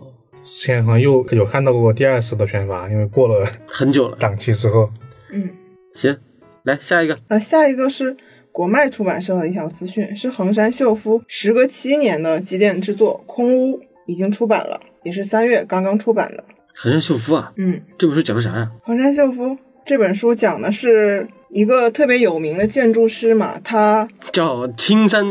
Speaker 3: 之前好像又有看到过第二次的宣发，因为过了
Speaker 2: 很久了，
Speaker 3: 档期之后，
Speaker 4: 嗯。
Speaker 2: 行，来下一个。
Speaker 4: 呃，下一个是国脉出版社的一条资讯，是横山秀夫时隔七年的几点之作《空屋》已经出版了，也是三月刚刚出版的。
Speaker 2: 横山秀夫啊，
Speaker 4: 嗯，
Speaker 2: 这本书讲的啥呀？
Speaker 4: 横山秀夫这本书讲的是一个特别有名的建筑师嘛，他
Speaker 2: 叫青山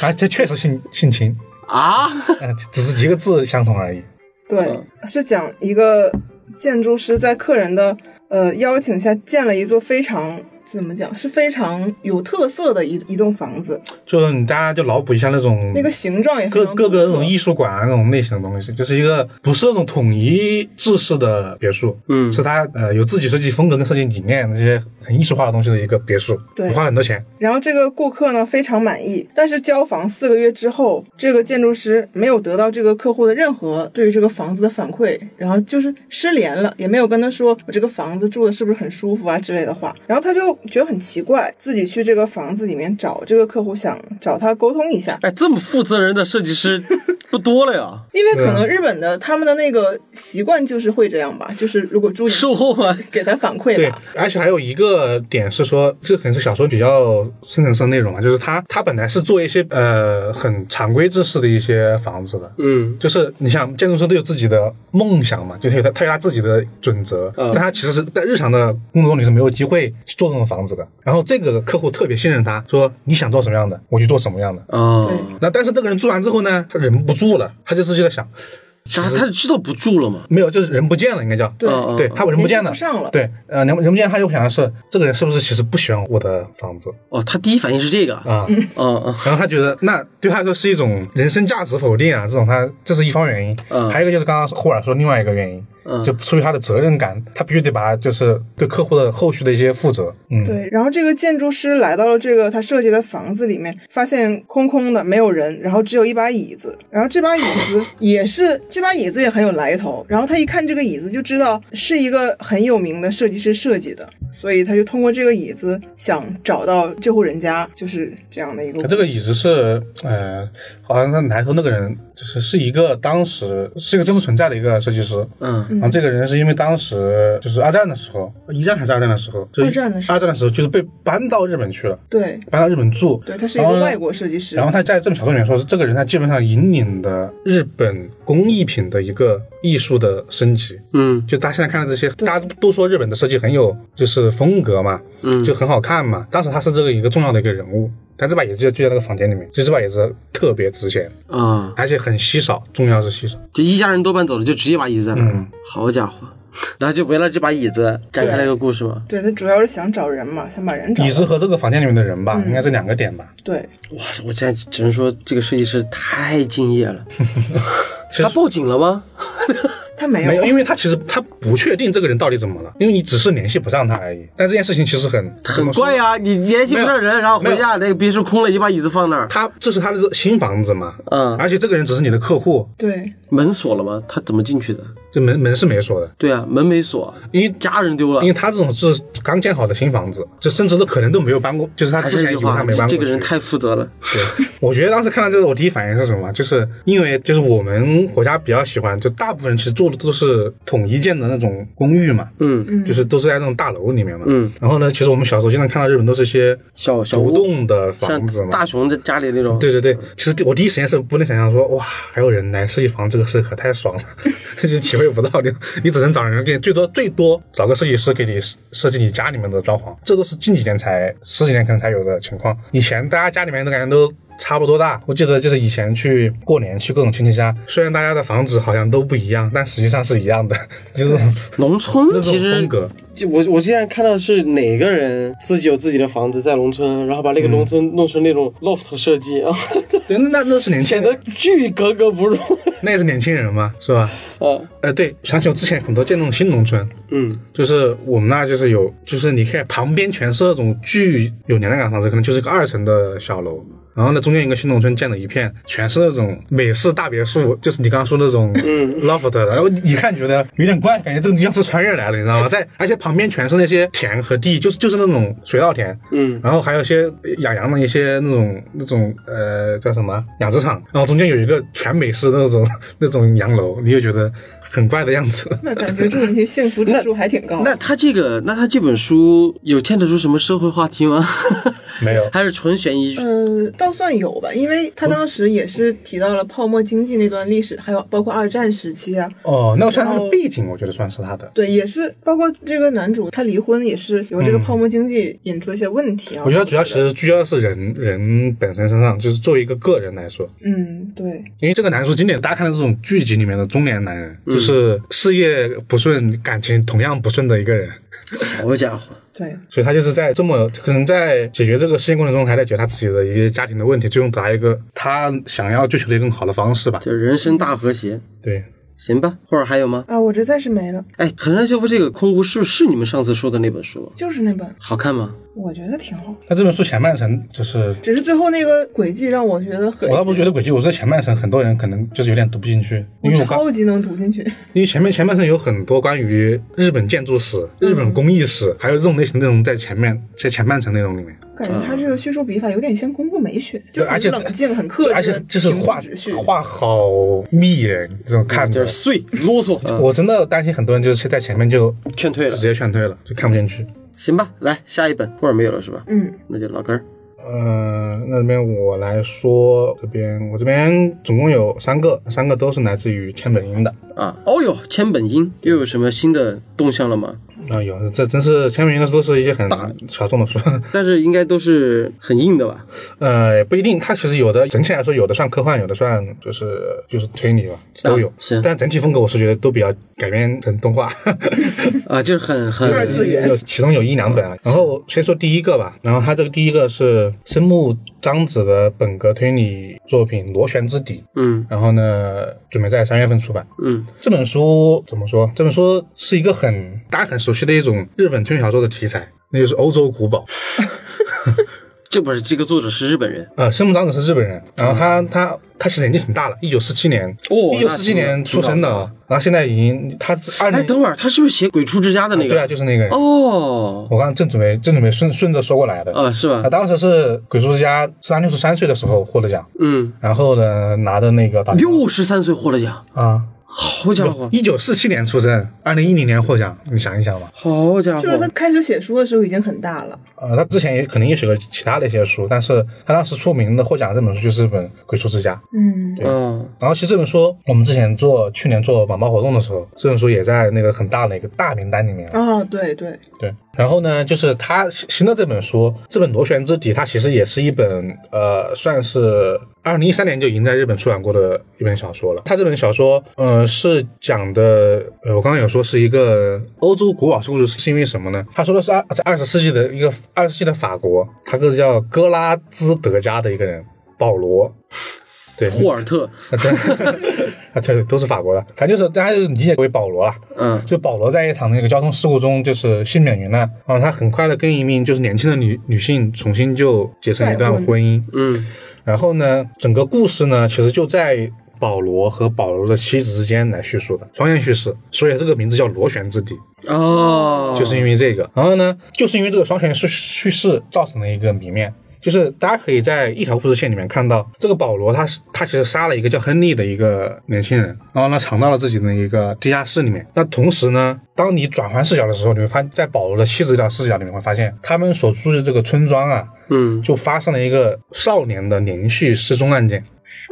Speaker 3: 啊，这确实性性情，
Speaker 2: 啊？
Speaker 3: 嗯、只是一个字相同而已。嗯
Speaker 4: 对是讲一个建筑师在客人的呃邀请下建了一座非常怎么讲，是非常有特色的一一栋房子，
Speaker 3: 就是你大家就脑补一下那种
Speaker 4: 那个形状也非
Speaker 3: 各
Speaker 4: 常
Speaker 3: 各个那
Speaker 4: 独特
Speaker 3: 种艺术馆啊那种类型的东西，就是一个不是那种统一制式的别墅，
Speaker 2: 嗯
Speaker 3: 是它呃有自己设计风格跟设计理念那些很艺术化的东西的一个别墅，
Speaker 4: 对
Speaker 3: 不花很多钱，
Speaker 4: 然后这个顾客呢非常满意，但是交房四个月之后，这个建筑师没有得到这个客户的任何对于这个房子的反馈，然后就是失联了，也没有跟他说我这个房子住的是不是很舒服啊之类的话。然后他就觉得很奇怪，自己去这个房子里面找这个客户，想找他沟通一下，
Speaker 2: 哎，这么负责任的设计师不多了呀，
Speaker 4: 因为可
Speaker 3: 对啊
Speaker 4: 能日本的他们的那个习惯就是会这样吧，就是如果住你
Speaker 2: 售后吗？
Speaker 4: 给他反馈
Speaker 3: 对
Speaker 4: 吧，，
Speaker 3: 而且还有一个点是说，这可能是小说比较深层次的内容嘛，啊就是它它本来是做一些呃很常规制式的一些房子的。
Speaker 2: 嗯，
Speaker 3: 就是你想，建筑师都有自己的梦想嘛，就是有他他有他自己的准则，
Speaker 2: 嗯
Speaker 3: 但他其实是在日常的工作中你是没有机会去做这种房子的。然后这个客户特别信任他，说你想做什么样的，我就做什么样的。
Speaker 2: 哦，
Speaker 4: 对
Speaker 3: 那但是这个人住完之后呢，他忍不住了，他就自己在想，
Speaker 2: 他他知道不住了嘛？
Speaker 3: 没有，就是人不见了，应该叫。
Speaker 4: 对
Speaker 2: 嗯嗯
Speaker 3: 对他人不见了
Speaker 4: 联系不上了，
Speaker 3: 对，呃，人人不见，他就想的是这个人是不是其实不喜欢我的房子
Speaker 2: 哦，他第一反应是这个，
Speaker 3: 啊？
Speaker 2: 嗯嗯，
Speaker 3: 然后他觉得那对他来说是一种人生价值否定啊，这种他这是一方原因，
Speaker 2: 嗯
Speaker 3: 还有一个就是刚刚霍尔说另外一个原因，
Speaker 2: 嗯
Speaker 3: 就出于他的责任感，他必须得把就是对客户的后续的一些负责，嗯，，
Speaker 4: 对，然后这个建筑师来到了这个他设计的房子里面，发现空空的，没有人，然后只有一把椅子。然后这把椅 子也是，这把椅子也很有来头。然后他一看这个椅子就知道是一个很有名的设计师设计的，所以他就通过这个椅子想找到这户人家，就是这样的一个。
Speaker 3: 这个椅子是呃，好像他来头那个人就是是一个当时是一个真实存在的一个设计师，
Speaker 2: 嗯
Speaker 3: 然后这个人是因为当时就是二战的时候，一战还是二战的时候，就
Speaker 4: 二战的时候
Speaker 3: 二战的时候就是被搬到日本去了，
Speaker 4: 对
Speaker 3: 搬到日本住。
Speaker 4: 对，他是一个外国设计师
Speaker 3: 然。后他在这本小说里面说是这个人，他基本上引领的日本工艺品的一个艺术的升级。
Speaker 2: 嗯
Speaker 3: 就大家现在看到这些，大家都说日本的设计很有就是风格嘛，
Speaker 2: 嗯，
Speaker 3: 就很好看嘛。当时他是这个一个重要的一个人物，但这把椅子就就在那个房间里面，就这把椅子特别值钱，
Speaker 2: 啊，
Speaker 3: 而且很稀少，重要是稀少。
Speaker 2: 就一家人都搬走了，就只一把椅子在那儿
Speaker 3: 嗯，
Speaker 2: 好家伙， 然后就围绕这把椅子展开了一个故事嘛。
Speaker 4: 对他主要是想找人嘛，想把人找
Speaker 3: 椅
Speaker 4: 到。
Speaker 3: 子和这个房间里面的人吧，
Speaker 4: 嗯
Speaker 3: 应该是两个点吧。
Speaker 4: 对，
Speaker 2: 哇，我现在只能说这个设计师太敬业了。
Speaker 3: 其实
Speaker 2: 他报警了吗？
Speaker 4: 他没有
Speaker 3: 没有，因为他其实他不确定这个人到底怎么了，因为你只是联系不上他而已。但这件事情其实很
Speaker 2: 很怪、
Speaker 3: 啊。
Speaker 2: 呀、你联系不上人，然后回家那个别墅空了，你把椅子放那儿，
Speaker 3: 他这是他的新房子嘛，
Speaker 2: 嗯
Speaker 3: 而且这个人只是你的客户，
Speaker 4: 对
Speaker 2: 门锁了吗？他怎么进去的？
Speaker 3: 这门门是没锁的，
Speaker 2: 对啊，门没锁，
Speaker 3: 因为
Speaker 2: 家人丢了
Speaker 3: 因为。他这种是刚建好的新房子，就甚至都可能都没有搬过，就是他
Speaker 2: 还
Speaker 3: 之
Speaker 2: 是
Speaker 3: 前
Speaker 2: 那句
Speaker 3: 以为他
Speaker 2: 话
Speaker 3: 没搬，过去。
Speaker 2: 这个人太负责了。
Speaker 3: 对，我觉得当时看到这个，我第一反应是什么？就是因为就是我们国家比较喜欢，就大部分人其实住的都是统一建的那种公寓嘛，
Speaker 2: 嗯，
Speaker 3: 就是都是在那种大楼里面嘛。
Speaker 2: 嗯，
Speaker 3: 然后呢，其实我们小时候经常看到日本都是一些
Speaker 2: 小小
Speaker 3: 独
Speaker 2: 屋
Speaker 3: 栋的
Speaker 2: 像
Speaker 3: 房子嘛，
Speaker 2: 大熊在家里那种。
Speaker 3: 对对对，其实我第一时间是不能想象说，哇，还有人来设计房这个事可太爽了， 就体会不到你，你只能找人给你最多最多找个设计师给你设设计你家里面的装潢，这都是近几年才十几年可能才有的情况，以前大家家里面都感觉都。差不多大，我记得就是以前去过年去各种亲戚家，虽然大家的房子好像都不一样，但实际上是一样的， 就是
Speaker 2: 农村
Speaker 3: 那
Speaker 2: 其
Speaker 3: 种
Speaker 2: 实
Speaker 3: 风格。
Speaker 2: 就我我之前看到是哪个人自己有自己的房子在农村，然后把那个农村弄成那种 loft 设计 啊，
Speaker 3: 对，那那是年轻
Speaker 2: 显
Speaker 3: 人
Speaker 2: 得，巨格格 不入。
Speaker 3: 那也是年轻人嘛，是吧？
Speaker 2: 啊，
Speaker 3: 呃，对，想起我之前很多建那种新农村，
Speaker 2: 嗯
Speaker 3: 就是我们那就是有，就是你看旁边全是那种巨有年代感的房子，可能就是个二层的小楼。然后呢，中间一个新农村建了一片，全是那种美式大别墅，就是你刚刚说那种 loft 的。然后你看觉得有点怪，感觉这个地方是穿越来了，你知道吗？在而且旁边全是那些田和地，就是就是那种水稻田，
Speaker 2: 嗯，
Speaker 3: 然后还有一些养羊的一些那种那种呃叫什么养殖场，然后中间有一个全美式的那种 那种洋楼，你就觉得很怪的样子。
Speaker 4: 那感觉住进去幸福指数还挺高。
Speaker 2: 那他这个，那他这本书有牵扯出什么社会话题吗？
Speaker 3: 没有
Speaker 2: 还是纯悬疑剧？
Speaker 4: 嗯，倒算有吧，因为他当时也是提到了泡沫经济那段历史，还有包括二战时期啊，
Speaker 3: 哦，那个算他
Speaker 4: 然后
Speaker 3: 的背景，我觉得算是他的。
Speaker 4: 对，也是包括这个男主他离婚也是由这个泡沫经济引出一些问题啊。
Speaker 3: 嗯我觉得主要
Speaker 4: 导
Speaker 3: 其
Speaker 4: 致的
Speaker 3: 实聚焦的是人人本身身上，就是作为一个个人来说，
Speaker 4: 嗯，对
Speaker 3: 因为这个男主经典，大家看到这种剧集里面的中年
Speaker 4: 嗯
Speaker 3: 男人，就是事业不顺、感情同样不顺的一个人，
Speaker 2: 好家伙，
Speaker 4: 对，
Speaker 3: 所以他就是在这么可能在解决这个事情过程中，还在解决他自己的一些家庭的问题，最终达一个他想要追求的一个更好的方式吧。
Speaker 2: 就人生大和谐，
Speaker 3: 对，
Speaker 2: 行吧？或者还有吗？
Speaker 4: 啊，我这暂时没了，
Speaker 2: 哎，横山修夫这个《空无》是不是你们上次说的那本书？
Speaker 4: 就是那本，
Speaker 2: 好看吗？
Speaker 4: 我觉得挺好，
Speaker 3: 那这本书前半程就是
Speaker 4: 只是最后那个轨迹让我觉得很，
Speaker 3: 我倒不觉得诡计，我这前半程很多人可能就是有点读不进去，因
Speaker 4: 我
Speaker 3: 为我刚
Speaker 4: 超级能读进去，
Speaker 3: 因为前面前半程有很多关于日本建筑史、日
Speaker 4: 嗯
Speaker 3: 本工艺史，还有这种类型的内容在前面在前半程内容里面。
Speaker 4: 感觉他这个叙述笔法有点像公共美学，就
Speaker 3: 而
Speaker 4: 很
Speaker 3: 且
Speaker 4: 冷静、很克制，
Speaker 3: 而且就是
Speaker 4: 平铺
Speaker 3: 画
Speaker 4: 直叙
Speaker 3: 画好密耶，这种看
Speaker 2: 就
Speaker 3: 着
Speaker 2: 是，碎啰嗦，嗯
Speaker 3: 我真的担心很多人就是在前面就
Speaker 2: 劝退了
Speaker 3: 直。接劝退了，就看不进去。
Speaker 2: 行吧，来下一本，或者没有了是吧？
Speaker 4: 嗯，
Speaker 2: 那就老根儿。
Speaker 3: 呃，那这边我来说，这边我这边总共有三个，三个都是来自于千本樱的。
Speaker 2: 啊，哦哟，千本樱又有什么新的动向了吗？
Speaker 3: 啊、有，这真是千本樱的都是一些很小众的书，
Speaker 2: 但是应该都是很硬的吧？
Speaker 3: 呃，也不一定，它其实有的整体来说，有的算科幻，有的算就是就是推理吧，都有。
Speaker 2: 啊是
Speaker 3: 但整体风格我是觉得都比较改编成动画。
Speaker 2: 啊，就是很很
Speaker 4: 二次元
Speaker 3: 有其中有一两本
Speaker 2: 哦
Speaker 3: 啊。然后先说第一个吧，然后他这个第一个是生木章子的本格推理作品《螺旋之底》，
Speaker 2: 嗯
Speaker 3: 然后呢，准备在三月份出版。
Speaker 2: 嗯
Speaker 3: 这本书怎么说？这本书是一个很大家很熟悉的一种日本推理小说的题材，那就是欧洲古堡。
Speaker 2: 这不是这个作者是日本人
Speaker 3: 呃，生木章子是日本人，然后他、他他其实年纪挺大了，一九四七年，
Speaker 2: 嗯哦
Speaker 3: 一九四七年出生的，哦然后现在已经他二
Speaker 2: 哎，
Speaker 3: 零
Speaker 2: 等会儿他是不是写《鬼畜之家》的那
Speaker 3: 对啊，
Speaker 2: 个？
Speaker 3: 就是那个人。
Speaker 2: 哦，
Speaker 3: 我刚正准备正准备顺顺着说过来的，
Speaker 2: 啊，是
Speaker 3: 他
Speaker 2: 吧？
Speaker 3: 当时是《鬼畜之家》是他六十三岁的时候获得奖，
Speaker 2: 嗯，
Speaker 3: 然后呢拿的那个打
Speaker 2: 六哦十三岁获了奖，
Speaker 3: 啊，
Speaker 2: 好家伙，
Speaker 3: 一九四七年出生，二零一零年获奖，你想一想吧。
Speaker 2: 好家伙，
Speaker 4: 就是他开始写书的时候已经很大了，
Speaker 3: 呃，他之前也可能也写过其他的一些书，但是他当时出名的获奖这本书就是这本《鬼畜之家》。
Speaker 4: 嗯，
Speaker 2: 嗯
Speaker 3: 然后其实这本书我们之前做去年做晚报活动的时候，这本书也在那个很大的一个大名单里面。
Speaker 4: 啊，对对，
Speaker 3: 对，然后呢，就是他新的这本书，这本《螺旋之底》，它其实也是一本呃，算是二零一三年就已经在日本出版过的一本小说了。它这本小说，呃，是讲的，呃，我刚刚有说是一个欧洲古堡故事，是因为什么呢？他说的是二在二十世纪的一个二十世纪的法国，他个叫格拉兹德加的一个人，保罗，对，
Speaker 2: 霍尔特，
Speaker 3: 对， 啊，对，都是法国的，反正就是大家就理解为保罗了。
Speaker 2: 嗯
Speaker 3: 就保罗在一场那个交通事故中就是幸免于难，然后啊他很快的跟一名就是年轻的女女性重新就结成了一段
Speaker 4: 再婚
Speaker 3: 婚姻，
Speaker 2: 嗯
Speaker 3: 然后呢，整个故事呢其实就在保罗和保罗的妻子之间来叙述的双线叙事，所以这个名字叫螺旋之地，
Speaker 2: 哦，
Speaker 3: 就是因为这个，然后呢，就是因为这个双线叙叙事造成了一个谜面。就是大家可以在一条故事线里面看到，这个保罗他是他其实杀了一个叫亨利的一个年轻人，然后呢藏到了自己的一个地下室里面。那同时呢，当你转换视角的时候，你会发在保罗的妻子角视角里面会发现，他们所住的这个村庄啊，
Speaker 2: 嗯
Speaker 3: 就发生了一个少年的连续失踪案件，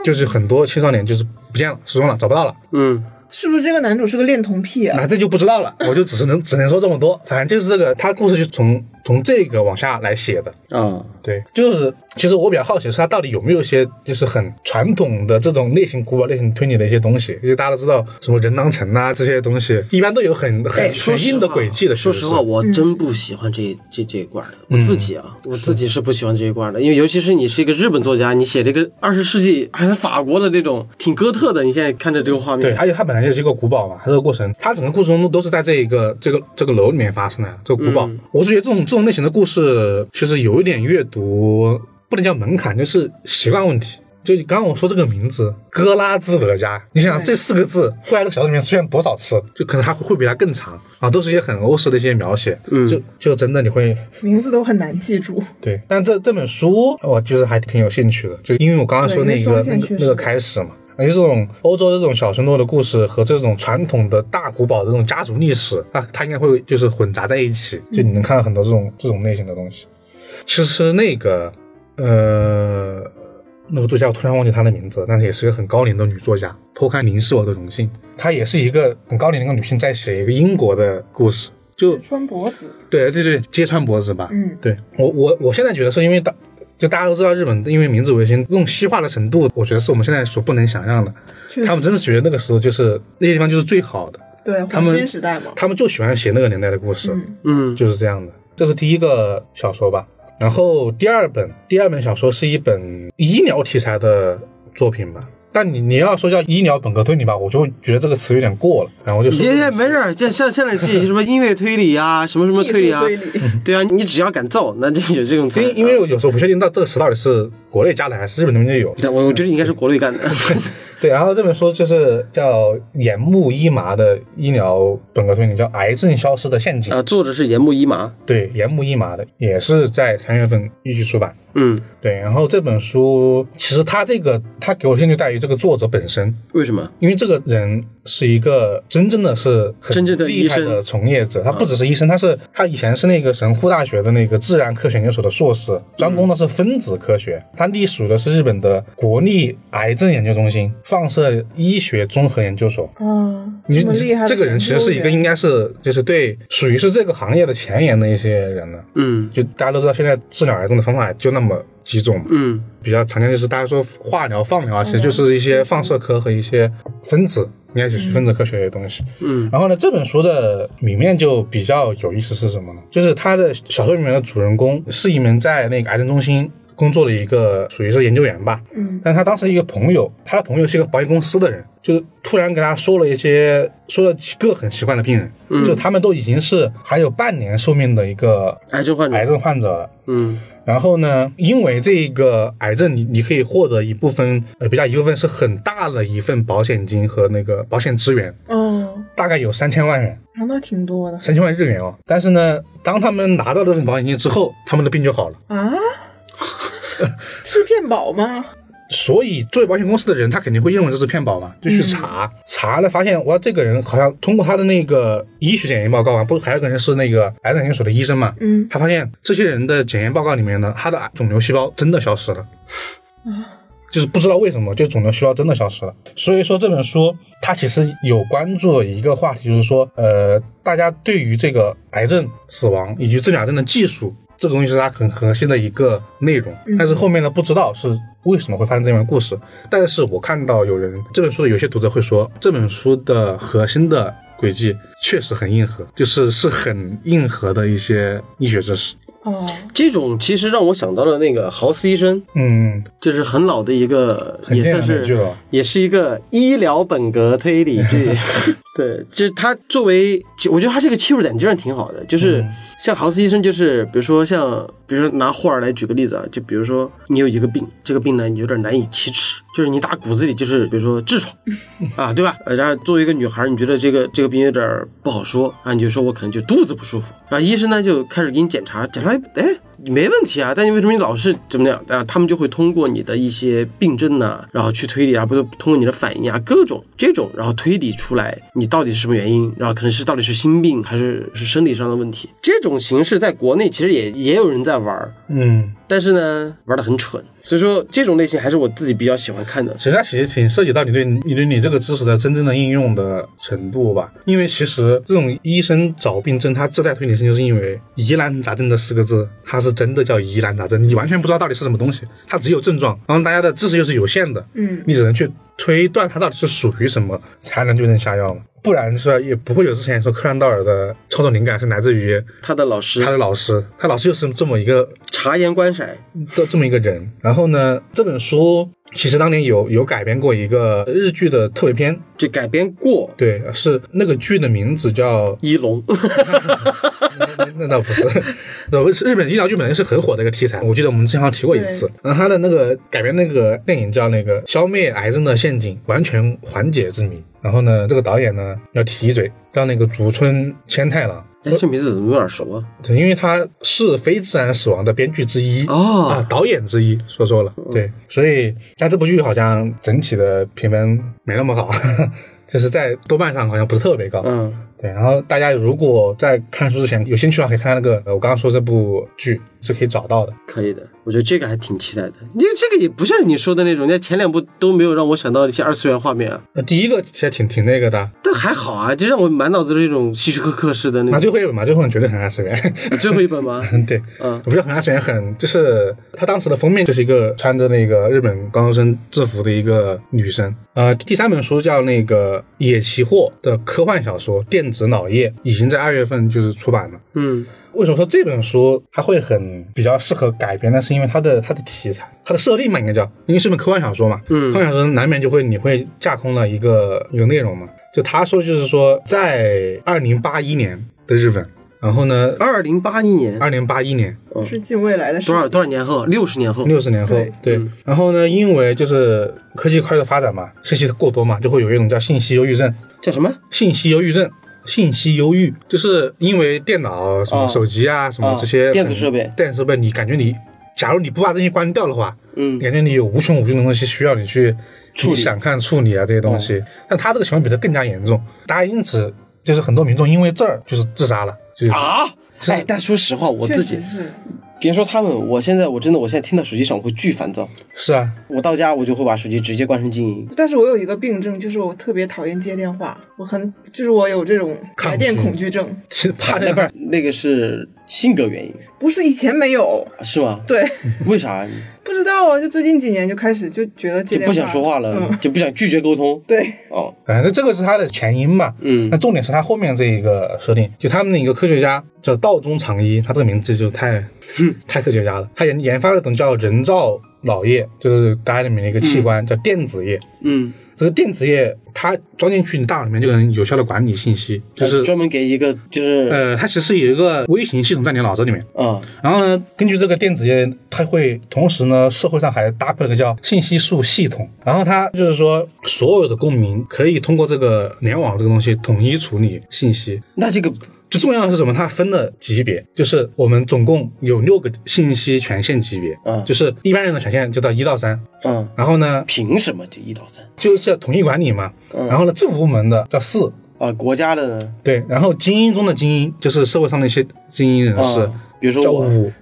Speaker 3: 就是很多青少年就是不见了，失踪了，找不到了。
Speaker 2: 嗯
Speaker 4: 是不是这个男主是个恋童癖啊？
Speaker 3: 那这就不知道了，我就只是能只能说这么多。反正就是这个，他故事就从从这个往下来写的。
Speaker 2: 啊，
Speaker 3: 对，就是其实我比较好奇是它到底有没有一些就是很传统的这种类型古堡类型推理的一些东西，就大家都知道什么人狼城啊这些东西，一般都有很很
Speaker 2: 哎说
Speaker 3: 很
Speaker 2: 实
Speaker 3: 硬
Speaker 2: 话
Speaker 3: 哎的轨迹的。
Speaker 2: 说
Speaker 3: 是
Speaker 2: 实
Speaker 3: 不是嗯
Speaker 2: 话，，我
Speaker 4: 嗯
Speaker 2: 真不喜欢这、这这一块儿的。我自己啊，我自己是不喜欢这一块儿的，因为尤其是你是一个日本作家，你写了一个二十世纪还是法国的这种挺哥特的，你现在看着这个画面，
Speaker 3: 对，而且它本来就是一个古堡嘛，它这个过程，它整个故事中都是在这一个这个这个楼里面发生的这个古堡。我是觉得这种这种类型的故事，其实有一点阅读不能叫门槛，就是习惯问题。就你刚刚我说这个名字“哥拉兹德加”，你想想这四个字会在这个小说里面出现多少次？就可能它会比它更长啊，都是一些很欧式的一些描写。嗯，就就真的你会
Speaker 4: 名字都很难记住，
Speaker 3: 对，但这这本书我就是还挺有兴趣的，就因为我刚刚说那
Speaker 4: 对因为
Speaker 3: 个
Speaker 4: 双
Speaker 3: 那
Speaker 4: 线
Speaker 3: 个
Speaker 4: 叙事
Speaker 3: 那个开始嘛，啊而且这种欧洲这种小村落的故事和这种传统的大古堡的这种家族历史啊，它应该会就是混杂在一起，就你能看到很多这种这种类型的东西。其实那个呃，那个作家我突然忘记她的名字，但是也是一个很高龄的女作家，偷看您是我的荣幸，她也是一个很高龄的一个女性在写一个英国的故事，就
Speaker 4: 川博子，
Speaker 3: 对对对，揭穿脖子吧。
Speaker 4: 嗯，
Speaker 3: 对我我我现在觉得是因为大，就大家都知道日本因为明治维新这种西化的程度，我觉得是我们现在所不能想象的。
Speaker 4: 确实
Speaker 3: 他们真的觉得那个时候就是那些地方就是最好的，
Speaker 4: 对，
Speaker 3: 他
Speaker 4: 黄
Speaker 3: 们
Speaker 4: 金时代嘛，
Speaker 3: 他们就喜欢写那个年代的故事，
Speaker 2: 嗯
Speaker 3: 就是这样的。这是第一个小说吧。然后第二本，第二本小说是一本医疗题材的作品吧。但你你要说叫医疗本科推理吧，我就觉得这个词有点过了，然后我就
Speaker 2: 你
Speaker 3: 说
Speaker 2: 这些没事儿，这像像那 些什么音乐推理啊，什么什么
Speaker 4: 艺术
Speaker 2: 推理啊，
Speaker 4: 推理
Speaker 3: 嗯
Speaker 2: 对啊，你只要敢造，那这有这种啊词儿。
Speaker 3: 因因为我有时候不确定到这个词到底是国内加的还是日本那边就有。
Speaker 2: 对我我觉得应该是国内干的，
Speaker 3: 对，然后这本书就是叫岩木一麻的医疗本科推理，叫《癌症消失的陷阱》。
Speaker 2: 啊，作者是岩木一麻，
Speaker 3: 对，岩木一麻的，也是在三月份预计出版。
Speaker 2: 嗯，
Speaker 3: 对，然后这本书其实他这个他给我的兴趣在于这个作者本身，
Speaker 2: 为什么？
Speaker 3: 因为这个人是一个真正的是很
Speaker 2: 真正的医
Speaker 3: 厉害
Speaker 2: 生啊
Speaker 3: 的从业者，他不只是医生，他是他以前是那个神户大学的那个自然科学研究所的硕士，专攻的是分子科学，他隶属的是日本的国立癌症研究中心放射医学综合研究所。
Speaker 4: 啊，
Speaker 3: 你
Speaker 4: 这么厉害的研究员，
Speaker 3: 这个人其实是一个应该是就是对属于是这个行业的前沿的一些人了。
Speaker 2: 嗯
Speaker 3: 就大家都知道，现在治疗癌症的方法就那么几种嘛，
Speaker 2: 嗯
Speaker 3: 比较常见就是大家说化疗、放疗啊，其实就是一些放射科和一些分子，应该就是分子科学的东西。
Speaker 2: 嗯
Speaker 3: 然后呢，这本书的里面就比较有意思是什么呢？就是他的小说里面的主人公是一名在那个癌症中心工作的一个属于是研究员吧，
Speaker 4: 嗯，
Speaker 3: 但他当时一个朋友，他的朋友是一个保险公司的人，就是突然给他说了一些说了几个很奇怪的病人，就他们都已经是还有半年寿命的一个
Speaker 2: 癌症患者
Speaker 3: 癌症患者了。
Speaker 2: 嗯
Speaker 3: 然后呢，因为这个癌症你，你可以获得一部分，呃，比较一部分是很大的一份保险金和那个保险资源，
Speaker 4: 哦，
Speaker 3: 大概有三千万元，
Speaker 4: 啊，那挺多的
Speaker 3: 三千万日元哦。但是呢，当他们拿到这份保险金之后，他们的病就好了。
Speaker 4: 啊，是骗保吗？
Speaker 3: 所以作为保险公司的人，他肯定会认为这是骗保嘛，就去查、查了，发现哇，这个人好像通过他的那个医学检验报告啊，不是还有个人是那个癌症研究所的医生嘛，
Speaker 4: 嗯
Speaker 3: 他发现这些人的检验报告里面呢，他的肿瘤细胞真的消失了，就是不知道为什么，就肿瘤细胞真的消失了。所以说这本书它其实有关注的一个话题，就是说，呃，大家对于这个癌症、死亡以及治疗癌症的技术。这个东西是它很核心的一个内容，但是后面呢不知道是为什么会发生这样的故事。但是我看到有人这本书的有些读者会说，这本书的核心的轨迹确实很硬核，就是是很硬核的一些医学知识。
Speaker 4: 哦，
Speaker 2: 这种其实让我想到了那个豪斯医生，
Speaker 3: 嗯，
Speaker 2: 就是很老的一个，
Speaker 3: 很
Speaker 2: 也
Speaker 3: 经
Speaker 2: 算
Speaker 3: 典的剧
Speaker 2: 是
Speaker 3: 了。
Speaker 2: 也是一个医疗本格推理 剧。对，就是他作为，我觉得他这个切入点真的挺好的。就是
Speaker 3: 嗯
Speaker 2: 像豪斯医生，就是比如说像，比如说拿霍尔来举个例子啊，就比如说你有一个病，这个病呢你有点难以启齿，就是你打骨子里就是比如说 痔疮啊，对吧？呃然后作为一个女孩，你觉得这个这个病有点不好说啊，你就说我可能就肚子不舒服，然后医生呢就开始给你检查，检查哎。没问题啊，但你为什么你老是怎么样啊？他们就会通过你的一些病症呐、然后去推理啊，不是通过你的反应啊，各种这种，然后推理出来你到底是什么原因，然后可能是到底是心病还是是生理上的问题。这种形式在国内其实也也有人在玩儿，
Speaker 3: 嗯，
Speaker 2: 但是呢，玩的很蠢。所以说这种类型还是我自己比较喜欢看的
Speaker 3: 其。实它其实挺涉及到你对你对你这个知识的真正的应用的程度吧，因为其实这种医生找病症，他自带推理性，就是因为“疑难杂症”这四个字，它是真的叫疑难杂症，你完全不知道到底是什么东西，它只有症状，然后大家的知识又是有限的，
Speaker 4: 嗯，
Speaker 3: 你只能去推断它到底是属于什么，才能对症下药嘛，不然是吧也不会有之前说柯南道尔的创作灵感是来自于
Speaker 2: 他的老师
Speaker 3: 他的老师，他老师就是这么一个
Speaker 2: 察言观色，
Speaker 3: 的这么一个人。然后呢，这本书其实当年有有改编过一个日剧的特别篇，
Speaker 2: 就改编过。
Speaker 3: 对，是那个剧的名字叫
Speaker 2: 一龙，
Speaker 3: 那那倒不是， 不是日本医疗剧本来是很火的一个题材，我记得我们之前好像提过一次。然后他的那个改编那个电影叫那个《消灭癌症的陷阱：完全缓解之谜》。然后呢，这个导演呢要提一嘴，叫那个竹村千太郎，
Speaker 2: 哎，这名字怎么有点熟啊？
Speaker 3: 对，因为他是非自然死亡的编剧之一
Speaker 2: 哦嗯
Speaker 3: 啊，导演之一，说错了，对，所以但这部剧好像整体的评分没那么好， 就是在豆瓣上好像不是特别高，
Speaker 2: 嗯，
Speaker 3: 对。然后大家如果在看书之前有兴趣的话，可以看看那个呃我刚刚说这部剧是可以找到的，
Speaker 2: 可以的，我觉得这个还挺期待的。因为这个也不像你说的那种，人家前两部都没有让我想到一些二次元画面啊，
Speaker 3: 那呃第一个其实挺挺那个的，
Speaker 2: 但还好啊，就让我满脑子都是那种希区柯克式的那
Speaker 3: 那
Speaker 2: 种。
Speaker 3: 最后一本嘛，最后一本绝对很二次元，
Speaker 2: 最后一本吗？
Speaker 3: 对。
Speaker 2: 嗯
Speaker 3: 我不是很爱选很，就是他当时的封面就是一个穿着那个日本高中生制服的一个女生。呃，第三本书叫那个个野崎获的科幻小说《电子脑业》已经在二月份就是出版了。
Speaker 2: 嗯
Speaker 3: 为什么说这本书它会很比较适合改编？那是因为它的它的题材、它的设定嘛，应该叫，因为是本科幻小说嘛。
Speaker 2: 嗯
Speaker 3: 科幻小说难免就会你会架空了一个一个内容嘛。就他说就是说，在二零八一年的日本，然后呢，
Speaker 2: 二零八一年
Speaker 3: 二零八一年
Speaker 4: 是近未来的事
Speaker 2: 多。少多少年后？六十年后。
Speaker 3: 六十年后，
Speaker 4: 对
Speaker 3: 对
Speaker 2: 嗯
Speaker 3: 然后呢，因为就是科技快速发展嘛，信息过多嘛，就会有一种叫信息忧郁症。
Speaker 2: 叫什么？
Speaker 3: 信息忧郁症，信息忧郁，就是因为电脑、什么
Speaker 2: 哦
Speaker 3: 手机啊、什么
Speaker 2: 哦
Speaker 3: 这些
Speaker 2: 电子设备
Speaker 3: 电子设备你感觉你，假如你不把这些关掉的话，
Speaker 2: 嗯
Speaker 3: 你感觉你有无穷无尽的东西需要你去
Speaker 2: 处理哦
Speaker 3: 去想看处理啊这些东西。但他这个情况比他更加严重，大家因此就是很多民众因为这儿就是自杀了，就是、
Speaker 2: 啊！哎，但说实话，我
Speaker 4: 确
Speaker 2: 自己
Speaker 4: 实是，
Speaker 2: 别说他们，我现在我真的，我现在听到手机响，我会巨烦躁。
Speaker 3: 是啊，
Speaker 2: 我到家我就会把手机直接关成静音。
Speaker 4: 但是我有一个病症，就是我特别讨厌接电话，我很就是我有这种
Speaker 3: 抗
Speaker 4: 来电
Speaker 3: 拒
Speaker 4: 恐惧症，
Speaker 3: 其实怕
Speaker 2: 啊那
Speaker 3: 这
Speaker 2: 不
Speaker 3: 块
Speaker 2: 是那个是性格原因
Speaker 4: 不是以前没有，
Speaker 2: 是吗？
Speaker 4: 对，
Speaker 2: 为啥
Speaker 4: 不知道啊，就最近几年就开始就觉得接
Speaker 2: 就
Speaker 4: 电
Speaker 2: 不想说话了，
Speaker 4: 嗯，
Speaker 2: 就不想拒绝沟通？
Speaker 4: 对，
Speaker 2: 哦，
Speaker 3: 反正这个是他的前因嘛。
Speaker 2: 嗯
Speaker 3: 那重点是他后面这一个设定，就他们的一个科学家叫道中长一，他这个名字就太太科学家了。他研研发了一种叫人造脑液，就是大家里面的一个器官，叫电子液。
Speaker 2: 嗯，
Speaker 3: 这个电子液它装进去，你大脑里面就能有效的管理信息，就是
Speaker 2: 专门给一个就是
Speaker 3: 呃，它其实是有一个微型系统在你脑子里面。
Speaker 2: 啊
Speaker 3: 然后呢，根据这个电子烟，它会同时呢，社会上还搭配了个叫信息素系统。然后它就是说，所有的公民可以通过这个联网这个东西统一处理信息。
Speaker 2: 那这个
Speaker 3: 最重要的是什么？它分了级别，就是我们总共有六个信息权限级别，
Speaker 2: 嗯
Speaker 3: 就是一般人的权限就到一到三，
Speaker 2: 嗯，
Speaker 3: 然后呢
Speaker 2: 凭什么就一到三
Speaker 3: 就是要统一管理嘛，
Speaker 2: 嗯
Speaker 3: 然后呢政府部门的叫四，
Speaker 2: 啊？国家的呢？
Speaker 3: 对，然后精英中的精英就是社会上的一些精英人士，
Speaker 2: 啊，比如说
Speaker 3: 叫
Speaker 2: 我啊
Speaker 3: 五，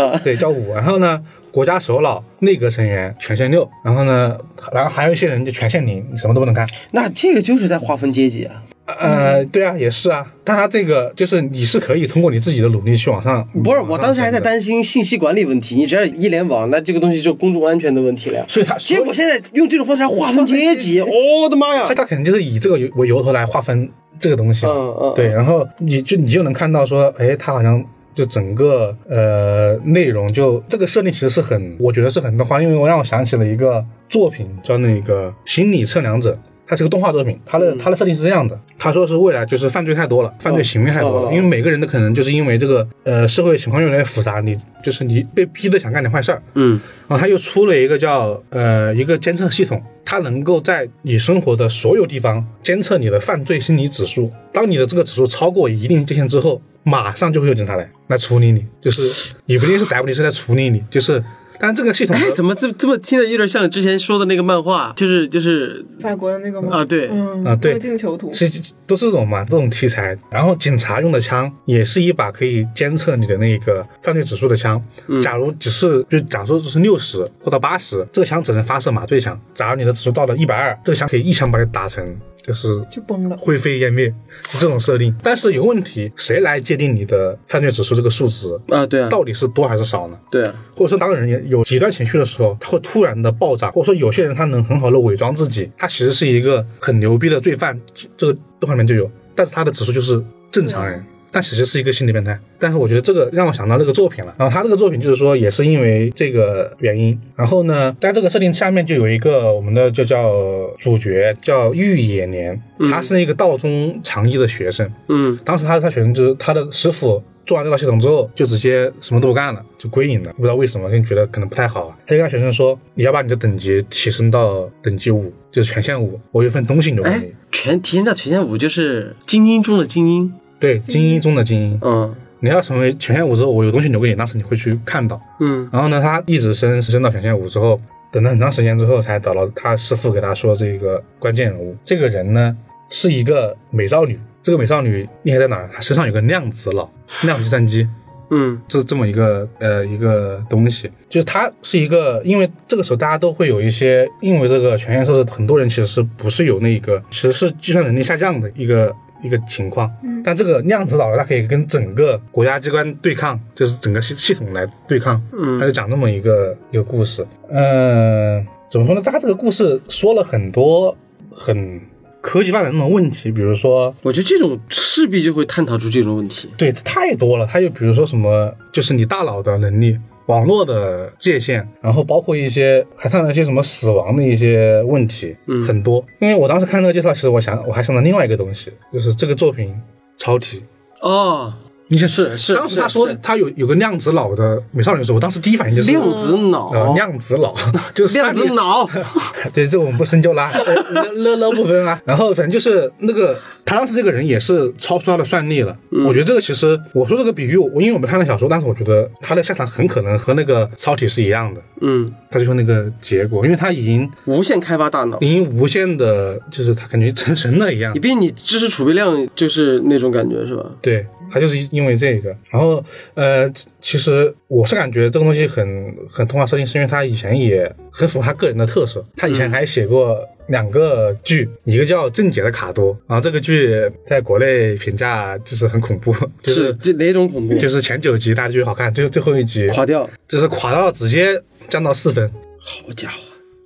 Speaker 3: 啊对，叫五。然后呢，国家首脑、内阁成员权限六，然后呢，然后还有一些人就权限零，什么都不能干。
Speaker 2: 那这个就是在划分阶级啊。
Speaker 3: 呃，对啊，也是啊，但他这个就是你是可以通过你自己的努力去往上。
Speaker 2: 不是，
Speaker 3: 往上
Speaker 2: 我当时还在
Speaker 3: 升的，
Speaker 2: 担心信息管理问题，你只要一联网，那这个东西就公众安全的问题了呀。
Speaker 3: 所以他
Speaker 2: 结果现在用这种方式来划分阶级，哦我的妈呀
Speaker 3: 他！他肯定就是以这个由为由头来划分这个东西嘛。
Speaker 2: 嗯嗯，
Speaker 3: 对，然后你就你就能看到说，哎，它好像就整个呃内容就这个设定其实是很，我觉得是很动画，因为我让我想起了一个作品叫那个《心理测量者》。它是个动画作品，它的它的设定是这样的，他说是未来就是犯罪太多了，犯罪行为太多
Speaker 2: 嗯哦哦
Speaker 3: 了，因为每个人的可能就是因为这个呃社会情况越来越复杂，你就是你被逼的想干点坏事儿，
Speaker 2: 嗯
Speaker 3: 然啊后他又出了一个叫呃一个监测系统，它能够在你生活的所有地方监测你的犯罪心理指数。当你的这个指数超过一定界限之后，马上就会有警察来来处理你，就是也不一定是逮捕你，是在处理你，就是。但这个系统
Speaker 2: 哎，怎么这这么听着有点像之前说的那个漫画，就是就是
Speaker 4: 法国的那个吗？
Speaker 2: 啊，对，
Speaker 4: 嗯
Speaker 3: 啊对
Speaker 4: 墨镜囚徒，
Speaker 3: 其实都是这种嘛，这种题材。然后警察用的枪也是一把可以监测你的那个犯罪指数的枪。
Speaker 2: 嗯
Speaker 3: 假如只是就假如说是六十或者八十，这个枪只能发射麻醉枪。假如你的指数到了一百二，这个枪可以一枪把你打成就是
Speaker 4: 就崩了。
Speaker 3: 灰飞烟灭，是这种设定。但是有问题，谁来界定你的犯罪指数这个数值
Speaker 2: 啊，对啊，
Speaker 3: 到底是多还是少呢？
Speaker 2: 对啊，
Speaker 3: 或者说，当人也有极端情绪的时候，他会突然的爆炸，或者说有些人他能很好的伪装自己，他其实是一个很牛逼的罪犯，这这个动画里面就有，但是他的指数就是正常人。但其实是一个心理变态，但是我觉得这个让我想到这个作品了。然后他这个作品就是说，也是因为这个原因。然后呢，在这个设定下面就有一个我们的就叫主角叫玉野莲，他是一个道中长一的学生。
Speaker 2: 嗯
Speaker 3: 当时他他学生就是他的师傅做完这套系统之后，就直接什么都不干了，就归隐了。不知道为什么，就觉得可能不太好啊。他就跟他学生说：“你要把你的等级提升到等级五，就是权限五，我有一份东西留给
Speaker 2: 哎
Speaker 3: 你。，
Speaker 2: 全提升到全线五就是精英中的精英，
Speaker 3: 对，精英中的精英，哦
Speaker 2: 嗯
Speaker 3: 你要成为权限五之后，我有东西留给你，当时你会去看到。
Speaker 2: 嗯
Speaker 3: 然后呢，他一直升升到权限五之后，等了很长时间之后，才找到他师傅给他说这个关键人物。这个人呢，是一个美少女。这个美少女厉害在哪儿？她身上有个量子脑，量子计算机。
Speaker 2: 嗯
Speaker 3: 这这么一个呃一个东西，就是它是一个，因为这个时候大家都会有一些，因为这个权限设置，很多人其实是不是有那个，其实是计算能力下降的一个一个情况。
Speaker 4: 嗯
Speaker 3: 但这个量子脑它可以跟整个国家机关对抗，就是整个系系统来对抗。他就
Speaker 2: 嗯
Speaker 3: 讲这呃么一个一个故事。嗯、怎么说呢？他这个故事说了很多很科技发展那种问题，比如说
Speaker 2: 我觉得这种势必就会探讨出这种问题。
Speaker 3: 对，太多了。它就比如说什么，就是你大脑的能力、网络的界限，然后包括一些还看到一些什么死亡的一些问题，嗯，很多。因为我当时看那个介绍，其实我想我还想到另外一个东西，就是这个作品超体。
Speaker 2: 哦，
Speaker 3: 你想
Speaker 2: 是是
Speaker 3: 当时他
Speaker 2: 是
Speaker 3: 说
Speaker 2: 是
Speaker 3: 他有有个量子脑的美少女的时候，我当时第一反应就是
Speaker 2: 量子脑，
Speaker 3: 呃量子 脑，就是
Speaker 2: 哦量子
Speaker 3: 三 D
Speaker 2: 脑，
Speaker 3: 对，这我们不 深究啦，呃乐乐乐不分啊啦。然后反正就是那个，他当时这个人也是超出他的算力了。
Speaker 2: 嗯
Speaker 3: 我觉得这个其实，我说这个比喻，我因为我没看到小说，但是我觉得他的下场很可能和那个超体是一样的，
Speaker 2: 嗯，
Speaker 3: 他最后那个结果，因为他已经
Speaker 2: 无限开发大脑。
Speaker 3: 已经无限的，就是他感觉成神了一样
Speaker 2: 你。毕竟你知识储备量就是那种感觉是吧？
Speaker 3: 对，他就是因为这个。然后呃，其实我是感觉这个东西很很童话设定，是因为他以前也很符合他个人的特色。他以前还写过两个剧，一个叫《正解的卡多》，然后这个剧在国内评价就是很恐怖，就是
Speaker 2: 是这哪种恐怖？
Speaker 3: 就是前九集大家觉得好看，最后最后一集
Speaker 2: 垮掉，
Speaker 3: 就是垮到直接降到四分。
Speaker 2: 好家伙！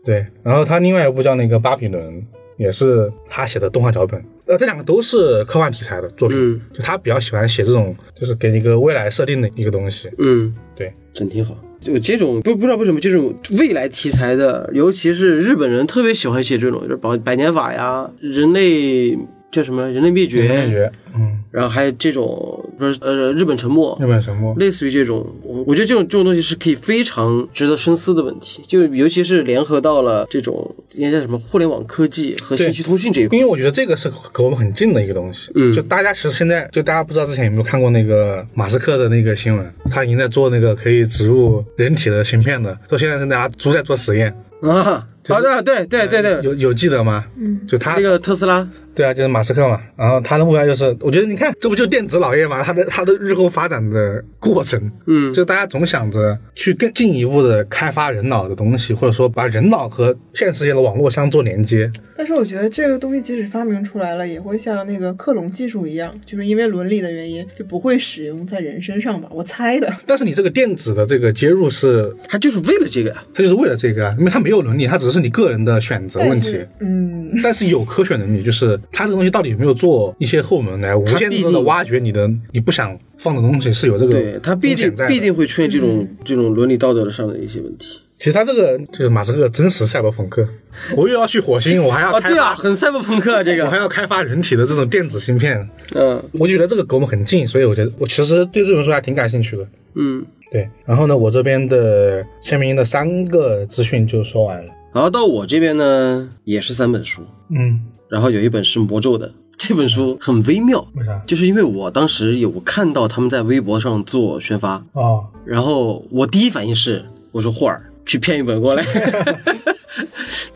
Speaker 3: 对，然后他另外一部叫那个《巴比伦》，也是他写的动画脚本。呃，这两个都是科幻题材的作品，
Speaker 2: 嗯
Speaker 3: 就他比较喜欢写这种，就是给你一个未来设定的一个东西。
Speaker 2: 嗯，
Speaker 3: 对，
Speaker 2: 整挺好。就这种不不知道为什么这种未来题材的，尤其是日本人特别喜欢写这种，就是百百年法呀，人类叫什么人类灭绝，
Speaker 3: 感觉，嗯，
Speaker 2: 然后还有这种不是呃日本沉没，
Speaker 3: 日本神木，
Speaker 2: 类似于这种，我我觉得这种这种东西是可以非常值得深思的问题，就尤其是联合到了这种应该叫什么互联网科技和信息通讯这一块
Speaker 3: 因，为我觉得这个是和我们很近的一个东西。
Speaker 2: 嗯
Speaker 3: 就大家其实现在，就大家不知道之前有没有看过那个马斯克的那个新闻，他已经在做那个可以植入人体的芯片的，说现在是大家都在做实验。
Speaker 2: 啊啊对对对对对，
Speaker 3: 有有记得吗？嗯，就他
Speaker 2: 那个特斯拉，
Speaker 3: 对啊，就是马斯克嘛。然后他的目标就是，我觉得你看，这不就电子老爷嘛？他的他的日后发展的过程，
Speaker 2: 嗯
Speaker 3: 就大家总想着去更进一步的开发人脑的东西，或者说把人脑和现实世界的网络相做连接。
Speaker 4: 但是我觉得这个东西即使发明出来了，也会像那个克隆技术一样，就是因为伦理的原因，就不会使用在人身上吧？我猜的。
Speaker 3: 但是你这个电子的这个接入是，
Speaker 2: 他就是为了这个呀，
Speaker 3: 它就是为了这个啊，因为它没有伦理，它只是你个人的选择问题。
Speaker 4: 嗯，
Speaker 3: 但是有科学能力，就是它这个东西到底有没有做一些后门来无限制
Speaker 2: 必
Speaker 3: 的
Speaker 2: 定
Speaker 3: 挖掘你的你不想放的东西，是有这个
Speaker 2: 对他必
Speaker 3: 风
Speaker 2: 定
Speaker 3: 险在的
Speaker 2: 必定会出现这种这种伦理道德上的一些问题
Speaker 3: 其实他这个就是马斯克的哦真实赛博朋克， 我又要去火 星，我还要
Speaker 2: 啊，
Speaker 3: 开
Speaker 2: 对
Speaker 3: 发、
Speaker 2: 啊，很赛博朋克啊这
Speaker 3: 我还
Speaker 2: 个，
Speaker 3: 要开发人体的这种电子芯片，
Speaker 2: 嗯
Speaker 3: 我就觉得这个跟我们很近，所以我觉得我其实对这本书还挺感兴趣的。
Speaker 2: 嗯，
Speaker 3: 对，然后呢，我这边的签名的三个资讯就说完了。
Speaker 2: 然后到我这边呢也是三本书，
Speaker 3: 嗯，
Speaker 2: 然后有一本是魔咒的，这本书很微妙，
Speaker 3: 为啥？
Speaker 2: 就是因为我当时有看到他们在微博上做宣发，
Speaker 3: 哦，
Speaker 2: 然后我第一反应是我说霍尔去骗一本过来，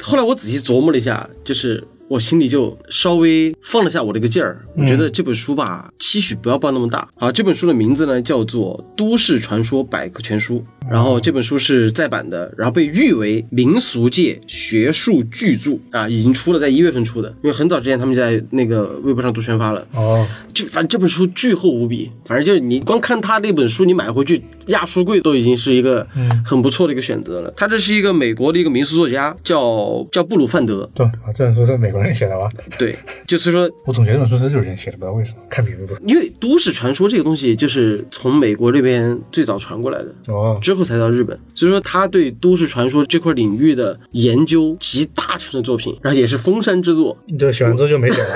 Speaker 2: 后来我仔细琢磨了一下，就是我心里就稍微放了下我这个劲儿，我觉得这本书吧期许不要抱那么大啊。这本书的名字呢叫做《都市传说百科全书》，然后这本书是再版的，然后被誉为民俗界学术巨著啊，已经出了，在一月份出的，因为很早之前他们就在那个微博上做宣发了。
Speaker 3: 哦，
Speaker 2: 就反正这本书巨厚无比，反正就是你光看他那本书，你买回去压书柜都已经是一个很不错的一个选择了。他这是一个美国的一个民俗作家，叫叫布鲁范德，
Speaker 3: 对，啊这本书是美国人写的吧？
Speaker 2: 对，就是说，
Speaker 3: 我总觉得这本书是日本人写的，不知道为什么。看名字。
Speaker 2: 因为都市传说这个东西就是从美国这边最早传过来的。
Speaker 3: 哦，
Speaker 2: 之后才到日本，所以说他对都市传说这块领域的研究集大成的作品，然后也是封山之作，
Speaker 3: 就写完之后就没写了。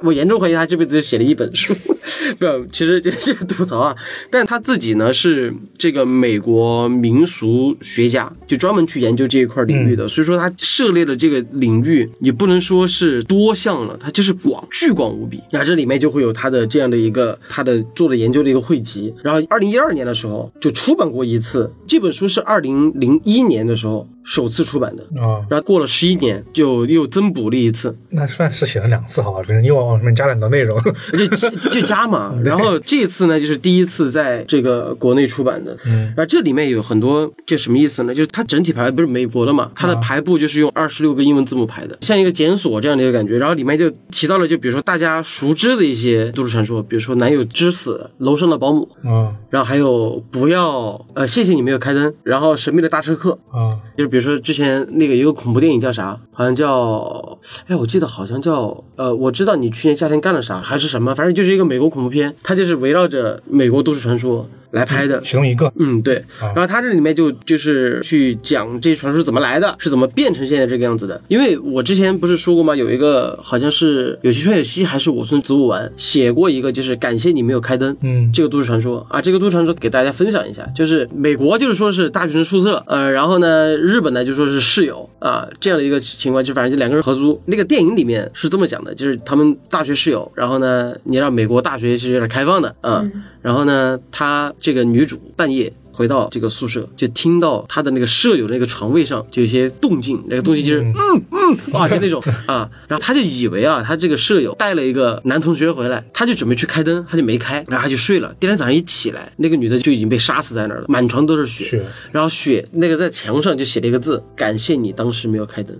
Speaker 2: 我严重怀疑他这辈子就写了一本书， 不，其实这这是吐槽啊。但他自己呢是这个美国民俗学家，就专门去研究这一块领域的，所以说他涉猎的这个领域也不能说是多项了，它就是广，巨广无比。然后这里面就会有他的这样的一个他的做的研究的一个汇集。然后二零一二年的时候就出版过一次，这本书是二零零一年的时候首次出版的。
Speaker 3: 哦，
Speaker 2: 然后过了十一年，就又增补了一次，
Speaker 3: 那算是写了两次好吧，可能又往往里面加点的内 容。
Speaker 2: 就就加嘛。然后这次呢，就是第一次在这个国内出版的，
Speaker 3: 嗯
Speaker 2: 然后这里面有很多，这什么意思呢？就是它整体排不是美国的嘛，它的排布就是用二十六个英文字母排的，像一个检索这样的一个感觉。然后里面就提到了，就比如说大家熟知的一些都市传说，比如说男友之死、楼上的保姆，
Speaker 3: 啊
Speaker 2: 然后还有不要呃，谢谢你没有开灯，然后神秘的大车客，
Speaker 3: 啊
Speaker 2: 就是比如说之前那个有个恐怖电影叫啥，好像叫，哎，我记得好像叫，呃，我知道你去年夏天干了啥，还是什么，反正就是一个美国恐怖片，它就是围绕着美国都市传说来拍的。
Speaker 3: 其中一个
Speaker 2: 嗯，对。然后它这里面就就是去讲这些传说怎么来的，是怎么变成现在这个样子的。因为我之前不是说过吗？有一个好像是有西川有希还是我村子午丸写过一个，就是感谢你没有开灯。
Speaker 3: 嗯
Speaker 2: 这个都市传说啊，这个都市传说给大家分享一下，就是美国就是说是大学生宿舍，呃，然后呢，日本呢就说是室友啊这样的一个情况，就反正就两个人合租。那个电影里面是这么讲的，就是他们大学室友，然后呢，你让美国大学是有点开放的啊，然后呢，她这个女主半夜。回到这个宿舍，就听到她的那个舍友那个床位上就有一些动静，那个动静就是嗯嗯啊，就 那种啊，然后她就以为啊，她这个舍友带了一个男同学回来，她就准备去开灯，她就没开，然后她就睡了。第二天早上一起来，那个女的就已经被杀死在那儿了，满床都是血，
Speaker 3: 血
Speaker 2: 然后血那个在墙上就写了一个字：感谢你当时没有开灯。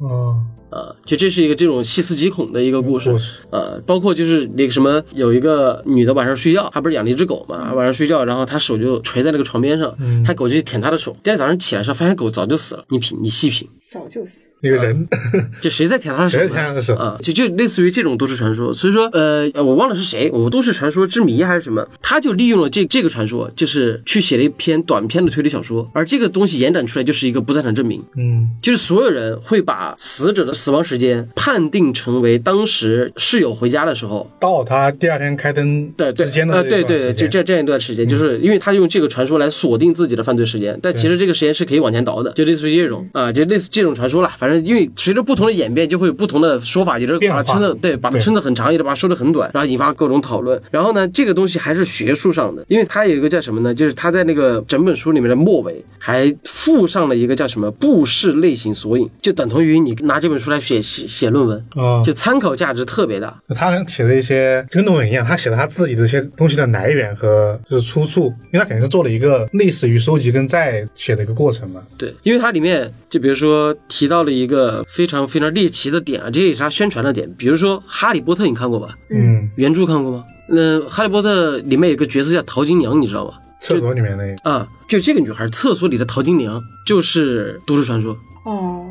Speaker 3: 啊，
Speaker 2: 啊，就这是一个这种细思极恐的一个故事
Speaker 3: 嗯故事，
Speaker 2: 呃，包括就是那个什么，有一个女的晚上睡觉，她不是养了一只狗嘛，晚上睡觉，然后她手就垂在那个床边上，
Speaker 3: 嗯
Speaker 2: 她狗就去舔她的手，第二天早上起来的时候发现狗早就死了，你品，你细品，
Speaker 4: 早就死。
Speaker 3: 那个人
Speaker 2: 就谁在舔她的手
Speaker 3: 谁
Speaker 2: 呢？
Speaker 3: 在天上手？
Speaker 2: 啊，就就类似于这种都市传说。所以说，呃，呃我忘了是谁，我都市传说之谜还是什么，他就利用了这这个传说，就是去写了一篇短篇的推理小说，而这个东西延展出来就是一个不在场证明。
Speaker 3: 嗯
Speaker 2: 就是所有人会把死者的死亡时间判定成为当时室友回家的时候。
Speaker 3: 到他第二天开灯
Speaker 2: 对对
Speaker 3: 之间的
Speaker 2: 呃
Speaker 3: 这段
Speaker 2: 对对，
Speaker 3: 时
Speaker 2: 就
Speaker 3: 间嗯
Speaker 2: 这这样一段时间，就是因为他用这个传说来锁定自己的犯罪时间，但其实这个时间是可以往前倒的，就类似于这种啊，就类似这种传说啦。反正因为随着不同的演变，就会有不同的说法，有的
Speaker 3: 变
Speaker 2: 把它
Speaker 3: 化
Speaker 2: 撑的对，把它
Speaker 3: 对
Speaker 2: 撑的很长，有的把它说的很短，然后引发各种讨论。然后呢，这个东西还是学术上的，因为它有一个叫什么呢？就是它在那个整本书里面的末尾还附上了一个叫什么布氏类型索引，就等同于你拿这本书来写写写论文，
Speaker 3: 啊，
Speaker 2: 就参考价值特别大。
Speaker 3: 他写的一些就跟论文一样，他写了他自己的一些东西的来源和就是出处，因为他肯定是做了一个类似于收集跟再写的一个过程嘛。
Speaker 2: 对，因为它里面就比如说提到了一个非常非常猎奇的点啊，这也是它宣传的点。比如说《哈利波特》，你看过吧？
Speaker 3: 嗯，
Speaker 2: 原著看过吗？那《哈利波特》里面有个角色叫淘金娘，你知道吗？
Speaker 3: 厕所里面那
Speaker 2: 啊，就这个女孩，厕所里的淘金娘就是都市传说，
Speaker 4: 哦，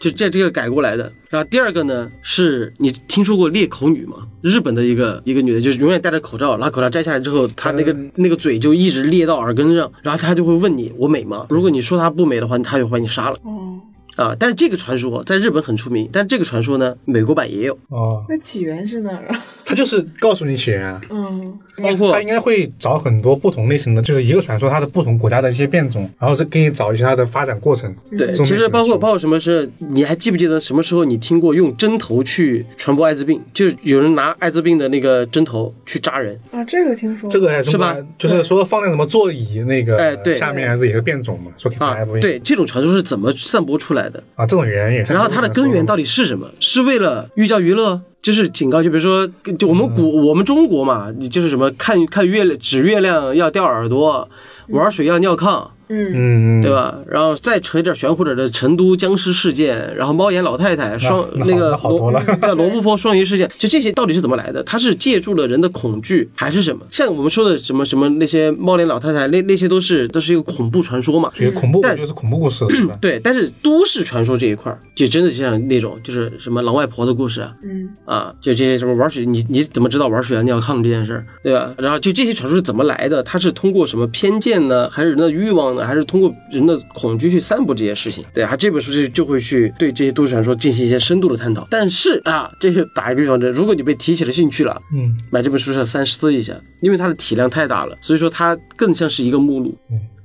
Speaker 2: 就这这个改过来的。然后第二个呢，是你听说过裂口女吗？日本的一个一个女的，就是永远戴着口罩，然后口罩摘下来之后，她那个那个嘴就一直裂到耳根上，然后她就会问你我美吗？如果你说她不美的话，她就会把你杀了。
Speaker 4: 哦，
Speaker 2: 啊，但是这个传说在日本很出名，但这个传说呢，美国版也有，
Speaker 3: 哦，
Speaker 4: 那起源是哪儿啊？
Speaker 3: 他就是告诉你起源啊。
Speaker 4: 嗯，
Speaker 2: 包括
Speaker 3: 他应该会找很多不同类型的，就是一个传说，它的不同国家的一些变种，然后是给你找一些它的发展过程。
Speaker 2: 对，
Speaker 3: 中
Speaker 2: 其实
Speaker 3: 美传
Speaker 2: 包括
Speaker 3: 说
Speaker 2: 包括什么是，你还记不记得什么时候你听过用针头去传播艾滋病？就是有人拿艾滋病的那个针头去扎人，
Speaker 4: 啊，这个听说
Speaker 3: 这个还
Speaker 2: 是
Speaker 3: 中
Speaker 2: 吧
Speaker 3: 国就是说放在什么座椅那个
Speaker 2: 哎对
Speaker 3: 下面还是也是变种嘛，说可以传
Speaker 2: 啊
Speaker 3: HIV，
Speaker 2: 对，这种传说是怎么散播出来的？
Speaker 3: 啊，这种原因也是。
Speaker 2: 然后它的根源到底是什么？是为了寓教于乐？就是警告，就比如说，就我们
Speaker 3: 嗯
Speaker 2: 古、我们中国嘛，你就是什么看看月亮指月亮要掉耳朵，玩水要尿炕，
Speaker 4: 嗯，
Speaker 3: 嗯，嗯
Speaker 2: 对吧？然后再扯一点玄乎点的成都僵尸事件，然后猫眼老太太双
Speaker 3: 那
Speaker 2: 那
Speaker 3: 好
Speaker 2: 个
Speaker 3: 那好多了
Speaker 2: 罗 对罗布泊双鱼事件，就这些到底是怎么来的？它是借助了人的恐惧，还是什么？像我们说的什么什么那些猫脸老太太，那那些都是都是一个恐怖传说嘛。
Speaker 3: 所以恐怖
Speaker 2: 但
Speaker 3: 就是恐怖故 事，对吧？
Speaker 2: 对，但是都市传说这一块儿，就真的像那种就是什么狼外婆的故事啊，
Speaker 4: 嗯
Speaker 2: 啊，就这些什么玩水，你你怎么知道玩水要尿炕这件事儿，对吧？然后就这些传说是怎么来的？它是通过什么偏见呢？还是人的欲望呢？还是通过人的恐惧去散布这些事情？对，他这本书就就会去对这些都市传说进行一些深度的探讨。但是啊，这是打一个预防针，如果你被提起了兴趣了，
Speaker 3: 嗯，
Speaker 2: 买这本书是要三思一下，因为它的体量太大了，所以说它更像是一个目录。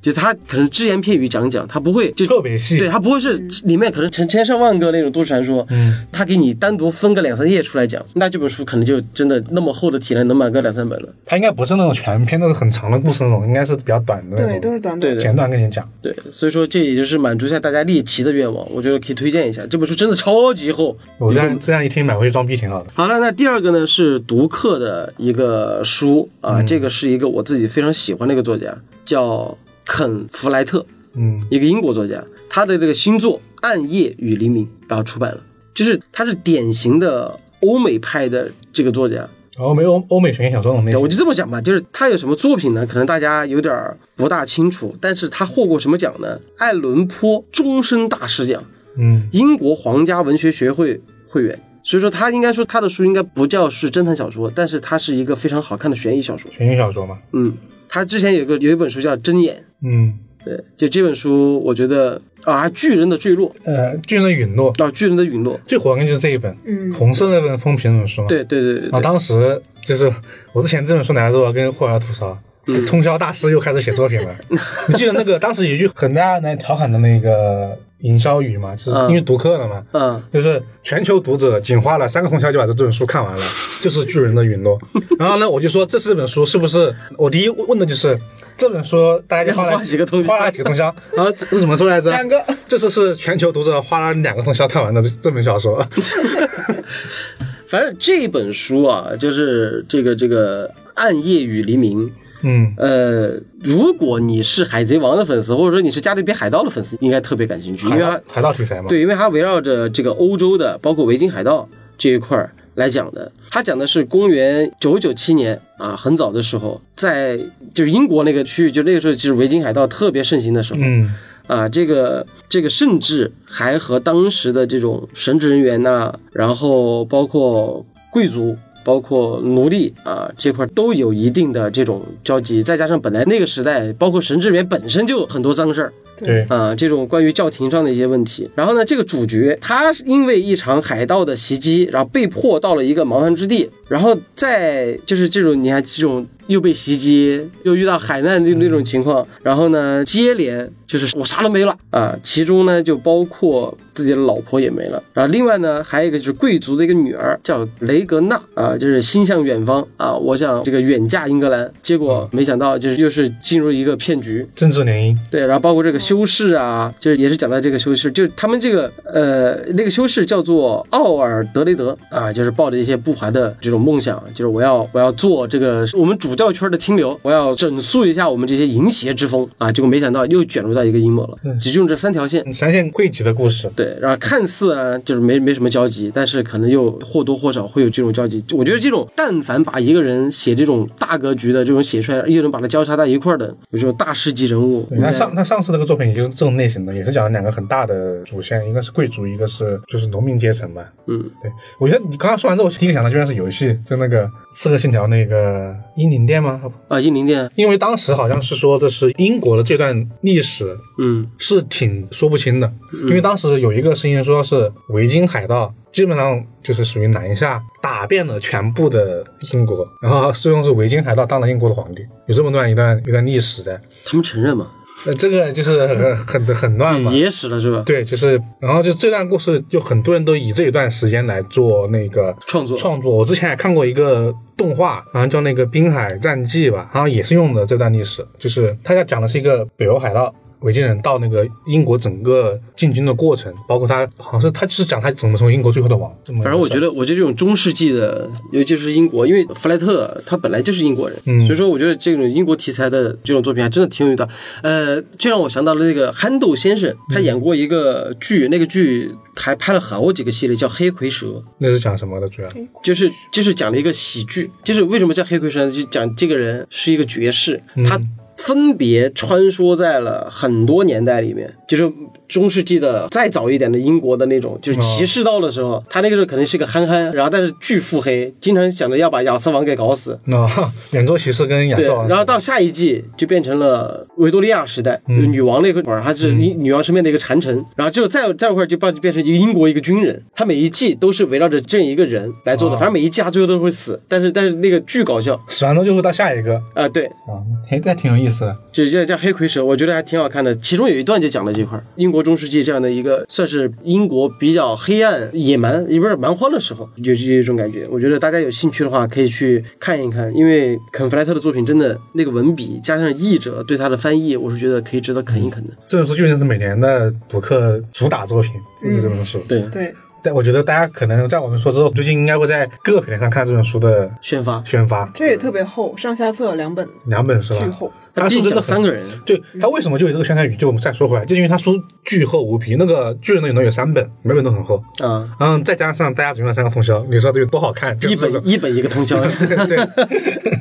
Speaker 2: 就他可能只言片语讲讲，他不会就
Speaker 3: 嗯特别细
Speaker 2: 对他不会是里面可能成千上万个那种都市传说，
Speaker 3: 嗯，
Speaker 2: 他给你单独分个两三页出来讲，那这本书可能就真的那么厚的体量能买个两三本了。
Speaker 3: 它应该不是那种全篇都是很长的故事那种，应该是比较短的那种，
Speaker 4: 对，都是短
Speaker 2: 对对
Speaker 4: 短的。
Speaker 3: 简短跟你讲。
Speaker 2: 对，所以说这也就是满足一下大家猎奇的愿望，我觉得可以推荐一下这本书，真的超级厚。
Speaker 3: 我这样这样一听买回去装逼挺好的。
Speaker 2: 好了，那第二个呢是读客的一个书啊，这个是一个我自己非常喜欢的一个作家，叫肯弗莱特，
Speaker 3: 嗯，
Speaker 2: 一个英国作家，他的这个新作《暗夜与黎明》然后出版了，就是他是典型的欧美派的这个作家，
Speaker 3: 然后没有欧美悬疑小说那种类
Speaker 2: 对，我
Speaker 3: 型，
Speaker 2: 就这么讲吧，就是他有什么作品呢？可能大家有点儿不大清楚，但是他获过什么奖呢？爱伦坡终身大师奖，
Speaker 3: 嗯，
Speaker 2: 英国皇家文学学会会员。所以说，他应该说他的书应该不叫是侦探小说，但是它是一个非常好看的悬疑小说。
Speaker 3: 悬疑小说嘛，
Speaker 2: 嗯，他之前有个有一本书叫《睁眼
Speaker 3: 嗯，》，
Speaker 2: 对，就这本书，我觉得啊，巨人的坠落
Speaker 3: 呃，巨人的陨落
Speaker 2: 啊，巨人的陨落，
Speaker 3: 最火的应该就是这一本，
Speaker 4: 嗯
Speaker 3: 红色那本风评那本书嘛。
Speaker 2: 对对对对
Speaker 3: 然
Speaker 2: 对，
Speaker 3: 后啊当时就是我之前这本书拿来之后，我跟霍尔吐槽，通宵大师又开始写作品了。你记得那个当时有一句很大家来调侃的那个营销语嘛，就是因为读客了嘛，
Speaker 2: 嗯，
Speaker 3: 就是全球读者仅花了三个通宵就把这本书看完了，就是《巨人的陨落》。然后呢，我就说这四本书是不是？我第一问的就是这本书大家就花了
Speaker 2: 花几个通宵
Speaker 3: 花了几个通宵。然后这是什么书来着？
Speaker 4: 两个。
Speaker 3: 这次是全球读者花了两个通宵看完的这这本小说。
Speaker 2: 反正这本书啊，就是这个这个《暗夜与黎明》，
Speaker 3: 嗯，
Speaker 2: 呃，如果你是海贼王的粉丝，或者说你是加勒比海盗的粉丝，应该特别感兴趣，因
Speaker 3: 海
Speaker 2: 为
Speaker 3: 盗
Speaker 2: 它
Speaker 3: 海盗题材嘛。
Speaker 2: 对，因为它围绕着这个欧洲的，包括维京海盗这一块儿来讲的。它讲的是公元九九七年啊，很早的时候，在就是英国那个区域，就那个时候就是维京海盗特别盛行的时候。
Speaker 3: 嗯，
Speaker 2: 啊，这个这个甚至还和当时的这种神职人员呐、然后包括贵族。包括奴隶啊这块都有一定的这种交集，再加上本来那个时代，包括神职人员本身就很多脏事儿
Speaker 3: 对，
Speaker 2: 啊，这种关于教廷上的一些问题。然后呢，这个主角他是因为一场海盗的袭击，然后被迫到了一个蛮荒之地，然后再就是这种你看这种又被袭击，又遇到海难的那种情况，然后呢接连就是我啥都没了啊，其中呢就包括自己的老婆也没了，然后另外呢还有一个就是贵族的一个女儿叫雷格纳啊，就是心向远方啊，我想这个远嫁英格兰，结果没想到就是又是进入一个骗局，
Speaker 3: 政治联姻。
Speaker 2: 对，然后包括这个修士啊，就是也是讲到这个修士，就他们这个呃那个修士叫做奥尔德雷德啊，就是抱着一些不怀的这种梦想，就是我要我要做这个我们主教圈的清流，我要整肃一下我们这些淫邪之风啊，结果没想到又卷入到一个阴谋了，只用这三条线。
Speaker 3: 闪现贵籍的故事，
Speaker 2: 对，然后看似呢就是没没什么交集，但是可能又或多或少会有这种交集。我觉得这种但凡把一个人写这种大格局的这种写出来，又能把它交叉在一块儿的，有这种大师级人物，
Speaker 3: 对，那上那上次那个作品也就是这种类型的，也是讲了两个很大的主线，一个是贵族，一个是就是农民阶层嘛。
Speaker 2: 嗯，
Speaker 3: 对，我觉得你刚刚说完之后，我第一个想到居然是游戏，就那个《刺客信条》那个英灵殿吗？
Speaker 2: 啊，英灵殿，
Speaker 3: 因为当时好像是说这是英国的这段历史
Speaker 2: 嗯。
Speaker 3: 是挺说不清的，因为当时有一个声音说是维京海盗基本上就是属于南下，打遍了全部的英国，然后最终是维京海盗当了英国的皇帝，有这么段一段一段历史的。
Speaker 2: 他们承认嘛？
Speaker 3: 那这个就是很很很乱嘛。
Speaker 2: 野史了是吧？
Speaker 3: 嗯对，就是，然后就这段故事，就很多人都以这一段时间来做那个
Speaker 2: 创作
Speaker 3: 创作。我之前也看过一个动画，好像叫那个《滨海战记》吧，好像也是用的这段历史，就是它要讲的是一个北欧海盗。维京人到那个英国整个进军的过程，包括他好像是他就是讲他怎么成为英国最后的王。这么一个
Speaker 2: 反正我
Speaker 3: 事儿
Speaker 2: 觉得，我觉得这种中世纪的，尤其是英国，因为弗莱特他本来就是英国人，所以说我觉得这种英国题材的这种作品还真的挺有意思的。呃，这让我想到了那个憨豆先生，他演过一个剧，那个剧还拍了好几个系列，叫《黑蝰蛇》。
Speaker 3: 那是讲什么的主要？
Speaker 2: 就是就是讲了一个喜剧，就是为什么叫黑魁神，就讲这个人是一个爵士，他分别穿梭在了很多年代里面，就是中世纪的再早一点的英国的那种，就是骑士道的时候，他那个时候肯定是个憨憨，然后但是巨腹黑，经常想着要把亚瑟王给搞死。
Speaker 3: 那 远州骑士跟亚
Speaker 2: 对
Speaker 3: 瑟王，，
Speaker 2: 然后到下一季就变成了维多利亚时代，就是女王那块儿，她是女女王身边的一个谗臣，然后就再再一块儿就变变成一个英国一个军人，他每一季都是围绕着这一个人来做的，
Speaker 3: 哦
Speaker 2: 反正每一季他最后都会死，但是但是那个巨搞笑
Speaker 3: 死完之后就会到下一个
Speaker 2: 啊、对，
Speaker 3: 啊，哎，那挺有意思？
Speaker 2: 就叫叫黑蝰蛇，我觉得还挺好看的。其中有一段就讲了这块儿，英国中世纪这样的一个算是英国比较黑暗、野蛮，也不是蛮荒的时候，有有一种感觉。我觉得大家有兴趣的话可以去看一看，因为肯弗莱特的作品真的那个文笔加上译者对他的翻译，我是觉得可以值得啃一啃的。
Speaker 3: 这本书就像是每年的补课主打作品，就是这本书。
Speaker 2: 对，
Speaker 4: 对，
Speaker 3: 但我觉得大家可能在我们说之后，最近应该会在各个平台上看这本书的
Speaker 2: 宣发，
Speaker 3: 宣发，
Speaker 4: 这也特别厚，上下册两本，
Speaker 3: 两本是吧？
Speaker 4: 巨厚。
Speaker 2: 他
Speaker 3: 他
Speaker 2: 毕
Speaker 3: 是
Speaker 2: 竟
Speaker 3: 真
Speaker 2: 讲
Speaker 3: 的
Speaker 2: 三
Speaker 3: 很。
Speaker 2: 个人，
Speaker 3: 对他为什么就有这个宣传语？就我们再说回来，就是因为他书巨厚无比，那个巨人的能有三本，每本都很厚，
Speaker 2: 啊，
Speaker 3: 嗯，再加上大家总共有三个通宵，你说这有多好看？就
Speaker 2: 一
Speaker 3: 是这种
Speaker 2: 本一本一个通宵。
Speaker 3: 对，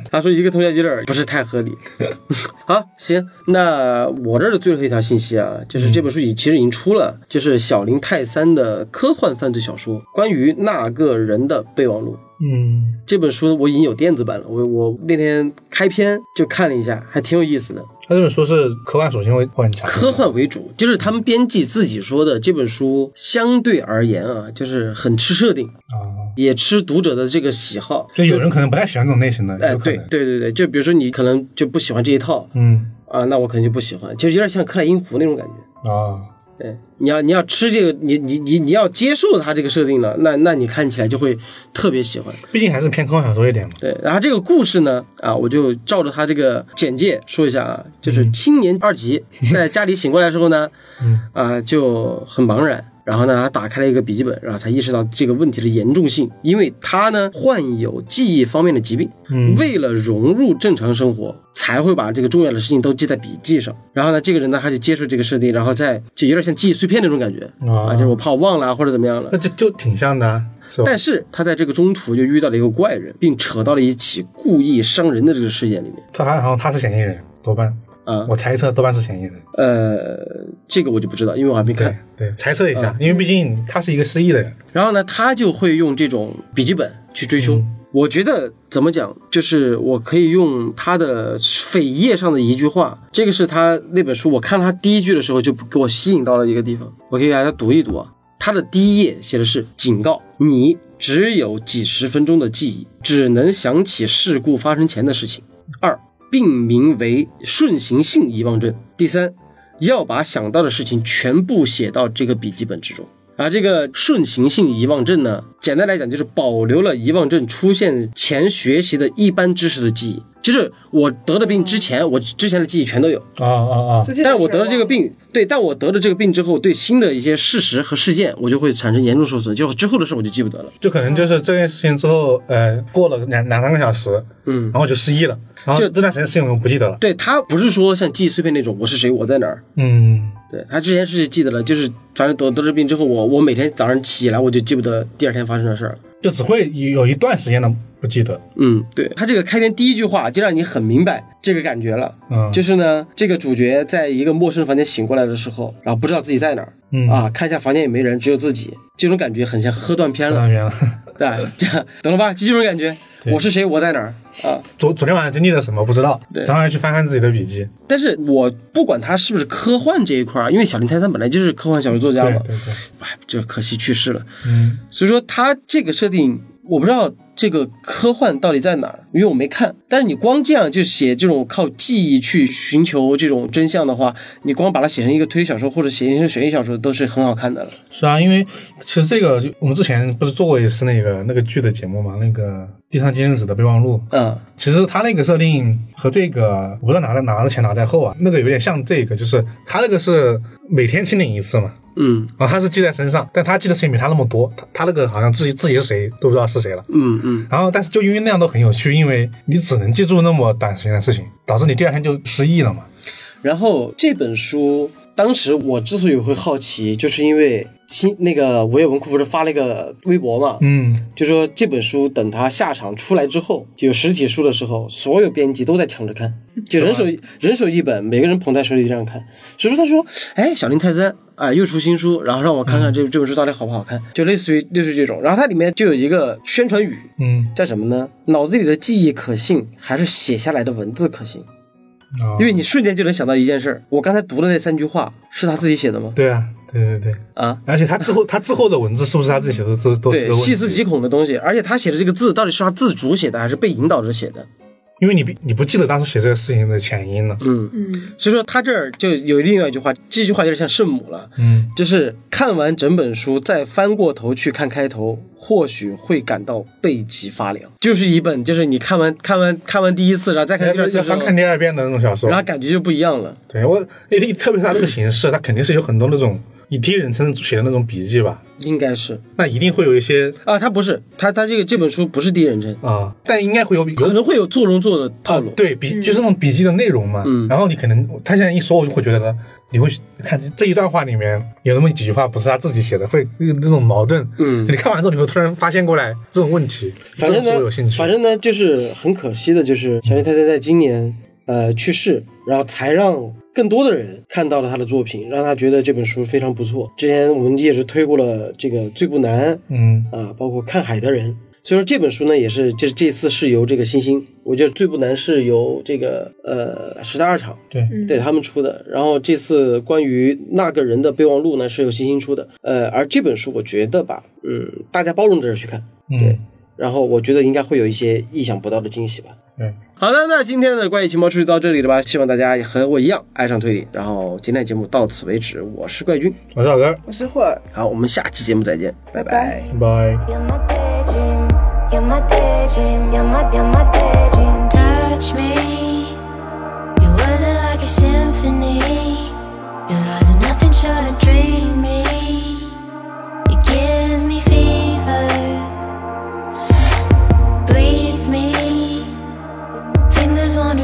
Speaker 2: 他说一个通宵有点不是太合理。好，行，那我这儿的最后一条信息啊，就是
Speaker 3: 嗯
Speaker 2: 这本书已其实已经出了，就是小林泰三的科幻犯罪小说《关于那个人的备忘录》。
Speaker 3: 嗯，
Speaker 2: 这本书我已经有电子版了，我我那天开篇就看了一下，还挺有意思的。
Speaker 3: 他这本书是科幻属性会会很强，
Speaker 2: 科幻为主，就是他们编辑自己说的，这本书相对而言啊，就是很吃设定，
Speaker 3: 啊，
Speaker 2: 也吃读者的这个喜好。
Speaker 3: 就有人可能不太喜欢这种类型的，
Speaker 2: 哎，
Speaker 3: 有可
Speaker 2: 对
Speaker 3: 能，
Speaker 2: 对对对，就比如说你可能就不喜欢这一套，
Speaker 3: 嗯
Speaker 2: 啊，那我肯定就不喜欢，就是有点像克莱因湖那种感觉。
Speaker 3: 啊，
Speaker 2: 对，你要你要吃这个，你你你你要接受它这个设定了，那那你看起来就会特别喜欢。
Speaker 3: 毕竟还是偏科幻小说一点嘛。
Speaker 2: 对，然后这个故事呢，啊，我就照着它这个简介说一下啊，就是青年二 级在家里醒过来的时候呢，
Speaker 3: 嗯
Speaker 2: 啊就很茫然。然后呢，他打开了一个笔记本，然后才意识到这个问题的严重性，因为他呢患有记忆方面的疾病，
Speaker 3: 嗯
Speaker 2: 为了融入正常生活，才会把这个重要的事情都记在笔记上。然后呢，这个人呢，他就接受这个设定，然后再就有点像记忆碎片那种感觉啊，
Speaker 3: 啊
Speaker 2: 就是，我怕我忘了啊或者怎么样了
Speaker 3: 那。就就挺像的啊，是吧
Speaker 2: 但？是他在这个中途就遇到了一个怪人，并扯到了一起故意伤人的这个事件里面
Speaker 3: 他好像他是嫌疑人，多半，
Speaker 2: 啊。
Speaker 3: 我猜测多半是嫌疑人。
Speaker 2: 呃，这个我就不知道，因为我还没
Speaker 3: 对
Speaker 2: 看。
Speaker 3: 对，猜测一
Speaker 2: 嗯
Speaker 3: 下，因为毕竟他是一个失忆的人。
Speaker 2: 然后呢，他就会用这种笔记本去追凶。我觉得怎么讲，就是我可以用他的扉页上的一句话，这个是他那本书，我看他第一句的时候就给我吸引到了一个地方，我可以给大家读一读啊。他的第一页写的是警告你只有几十分钟的记忆，只能想起事故发生前的事情。二，病名为顺行性遗忘症。第三，要把想到的事情全部写到这个笔记本之中。而这个顺行性遗忘症呢，简单来讲就是保留了遗忘症出现前学习的一般知识的记忆。就是我得了病之前，我之前的记忆全都有，
Speaker 3: 啊啊啊！
Speaker 4: 最近
Speaker 2: 但是
Speaker 4: 的
Speaker 2: 我
Speaker 4: 事儿
Speaker 2: 得了这个
Speaker 4: 忘
Speaker 2: 病，对，但我得了这个病之后，对新的一些事实和事件，我就会产生严重受损，就之后的事我就记不得了。
Speaker 3: 就可能就是这件事情之后，呃，过了两两三个小时，
Speaker 2: 嗯
Speaker 3: 然后就失忆了，然后
Speaker 2: 就
Speaker 3: 这段时间事情我们不记得了。
Speaker 2: 对他不是说像记忆碎片那种，我是谁，我在哪儿。
Speaker 3: 嗯，
Speaker 2: 对他之前是记得了，就是反正得得了病之后，我我每天早上起来我就记不得第二天发生的事儿了。
Speaker 3: 就只会有一段时间的不记得。
Speaker 2: 嗯，对他这个开篇第一句话就让你很明白这个感觉了，
Speaker 3: 嗯，
Speaker 2: 就是呢，这个主角在一个陌生房间醒过来的时候，然后不知道自己在哪儿、
Speaker 3: 嗯
Speaker 2: 啊，，看一下房间也没人，只有自己，这种感觉很像喝断片了，
Speaker 3: 当然了。
Speaker 2: 对，这样懂了吧？就这种感觉，
Speaker 3: 嗯对
Speaker 2: 我是谁，我在哪儿啊？
Speaker 3: 昨昨天晚上经历了什么不知道，
Speaker 2: 对
Speaker 3: 然后要去翻看自己的笔记。
Speaker 2: 但是我不管他是不是科幻这一块儿，因为小林泰三本来就是科幻小说作家
Speaker 3: 对
Speaker 2: 嘛，
Speaker 3: 对对，
Speaker 2: 哎，这可惜去世了。
Speaker 3: 嗯
Speaker 2: 所以说它这个设定，我不知道这个科幻到底在哪儿，因为我没看。但是你光这样就写这种靠记忆去寻求这种真相的话，你光把它写成一个推理小说或者写成悬疑小说都是很好看的了。
Speaker 3: 是啊，因为其实这个就我们之前不是做过一次那个那个剧的节目嘛，那个《地上经验者的备忘录》。
Speaker 2: 嗯
Speaker 3: 其实他那个设定和这个我不知道拿在拿的前拿在后啊，那个有点像这个，就是他那个是每天清理一次嘛，
Speaker 2: 嗯
Speaker 3: 然后他是记在身上，但他记的事情没他那么多，他他那个好像自己自己是谁都不知道是谁了。
Speaker 2: 嗯嗯，
Speaker 3: 然后，但是就因为那样都很有趣，因为你只能记住那么短时间的事情，导致你第二天就失忆了嘛。
Speaker 2: 然后这本书。当时我之所以会好奇，就是因为新那个维尔文库不是发了一个微博嘛，
Speaker 3: 嗯，
Speaker 2: 就说这本书等它下场出来之后，有实体书的时候，所有编辑都在抢着看，就人手人手一本，每个人捧在手里就这样看。所以说他说，哎，小林泰森啊、又出新书，然后让我
Speaker 3: 嗯
Speaker 2: 看看这、这本书到底好不好看，就类似于类似于这种。然后它里面就有一个宣传语，
Speaker 3: 嗯，
Speaker 2: 叫什么呢？脑子里的记忆可信，还是写下来的文字可信？
Speaker 3: 啊
Speaker 2: 因为你瞬间就能想到一件事儿，我刚才读的那三句话是他自己写的吗？
Speaker 3: 对啊，对对对，
Speaker 2: 啊？
Speaker 3: 而且他之后他之后的文字是不是他自己写的都是都是
Speaker 2: 对，
Speaker 3: 个问
Speaker 2: 细
Speaker 3: 题，
Speaker 2: 思极恐的东西，而且他写的这个字到底是他自主写的还是被引导着写的？
Speaker 3: 因为你不你不记得当时写这个事情的前因了。
Speaker 2: 嗯，
Speaker 4: 嗯
Speaker 2: 所以说他这儿就有另外一句话，这句话有点像圣母了，
Speaker 3: 嗯，
Speaker 2: 就是看完整本书再翻过头去看开头，或许会感到背脊发凉。就是一本，就是你看完看完看完第一次，然后再看第二次
Speaker 3: 要
Speaker 2: 的时候，
Speaker 3: 翻看第二遍的那种小说
Speaker 2: 然。后感觉就不一样了。
Speaker 3: 对我，一特别是他这个形式，他肯定是有很多那种以第一人称写的那种笔记吧，
Speaker 2: 应该是
Speaker 3: 那一定会有一些
Speaker 2: 啊，他不是他他这个这本书不是第一人称，
Speaker 3: 啊、但应该会有有
Speaker 2: 可能会有做龙做的套路。
Speaker 3: 对笔就是那种笔记的内容嘛。
Speaker 2: 嗯
Speaker 3: 然后你可能他现在一说，我就会觉得你会看这一段话里面有那么几句话不是他自己写的，会那那种矛盾。
Speaker 2: 嗯
Speaker 3: 你看完之后你会突然发现过来这种问题，
Speaker 2: 反正
Speaker 3: 这种书我有
Speaker 2: 呢
Speaker 3: 兴，趣。
Speaker 2: 反正呢，就是很可惜的，就是小林太太在今年呃去世，然后才让更多的人看到了他的作品，让他觉得这本书非常不错。之前我们也是推过了这个《最不难》
Speaker 3: 嗯
Speaker 2: 啊，包括《看海的人》。所以说这本书呢，也是就是这次是由这个星星，我觉得《最不难》是由这个呃十大二厂
Speaker 3: 对，
Speaker 2: 对他们出的。然后这次关于那个人的备忘录呢，是由星星出的。呃，而这本书我觉得吧，嗯，大家包容着去看，
Speaker 3: 嗯
Speaker 2: 然后我觉得应该会有一些意想不到的惊喜吧。
Speaker 3: 对，
Speaker 2: 好的，那今天的关于情报处就到这里了吧？希望大家也和我一样爱上推理。然后今天的节目到此为止，我是怪军，
Speaker 3: 我是老根儿，
Speaker 4: 我是会儿，
Speaker 2: 好，我们下期节目再见，拜
Speaker 4: 拜拜
Speaker 3: 拜拜。
Speaker 1: You're my daydream, you're my daydream, you're my, you're my daydream.
Speaker 5: touch me. Your words are like a symphony. Your eyes are nothing short of dreamy. You give me fever. Breathe me. Fingers wander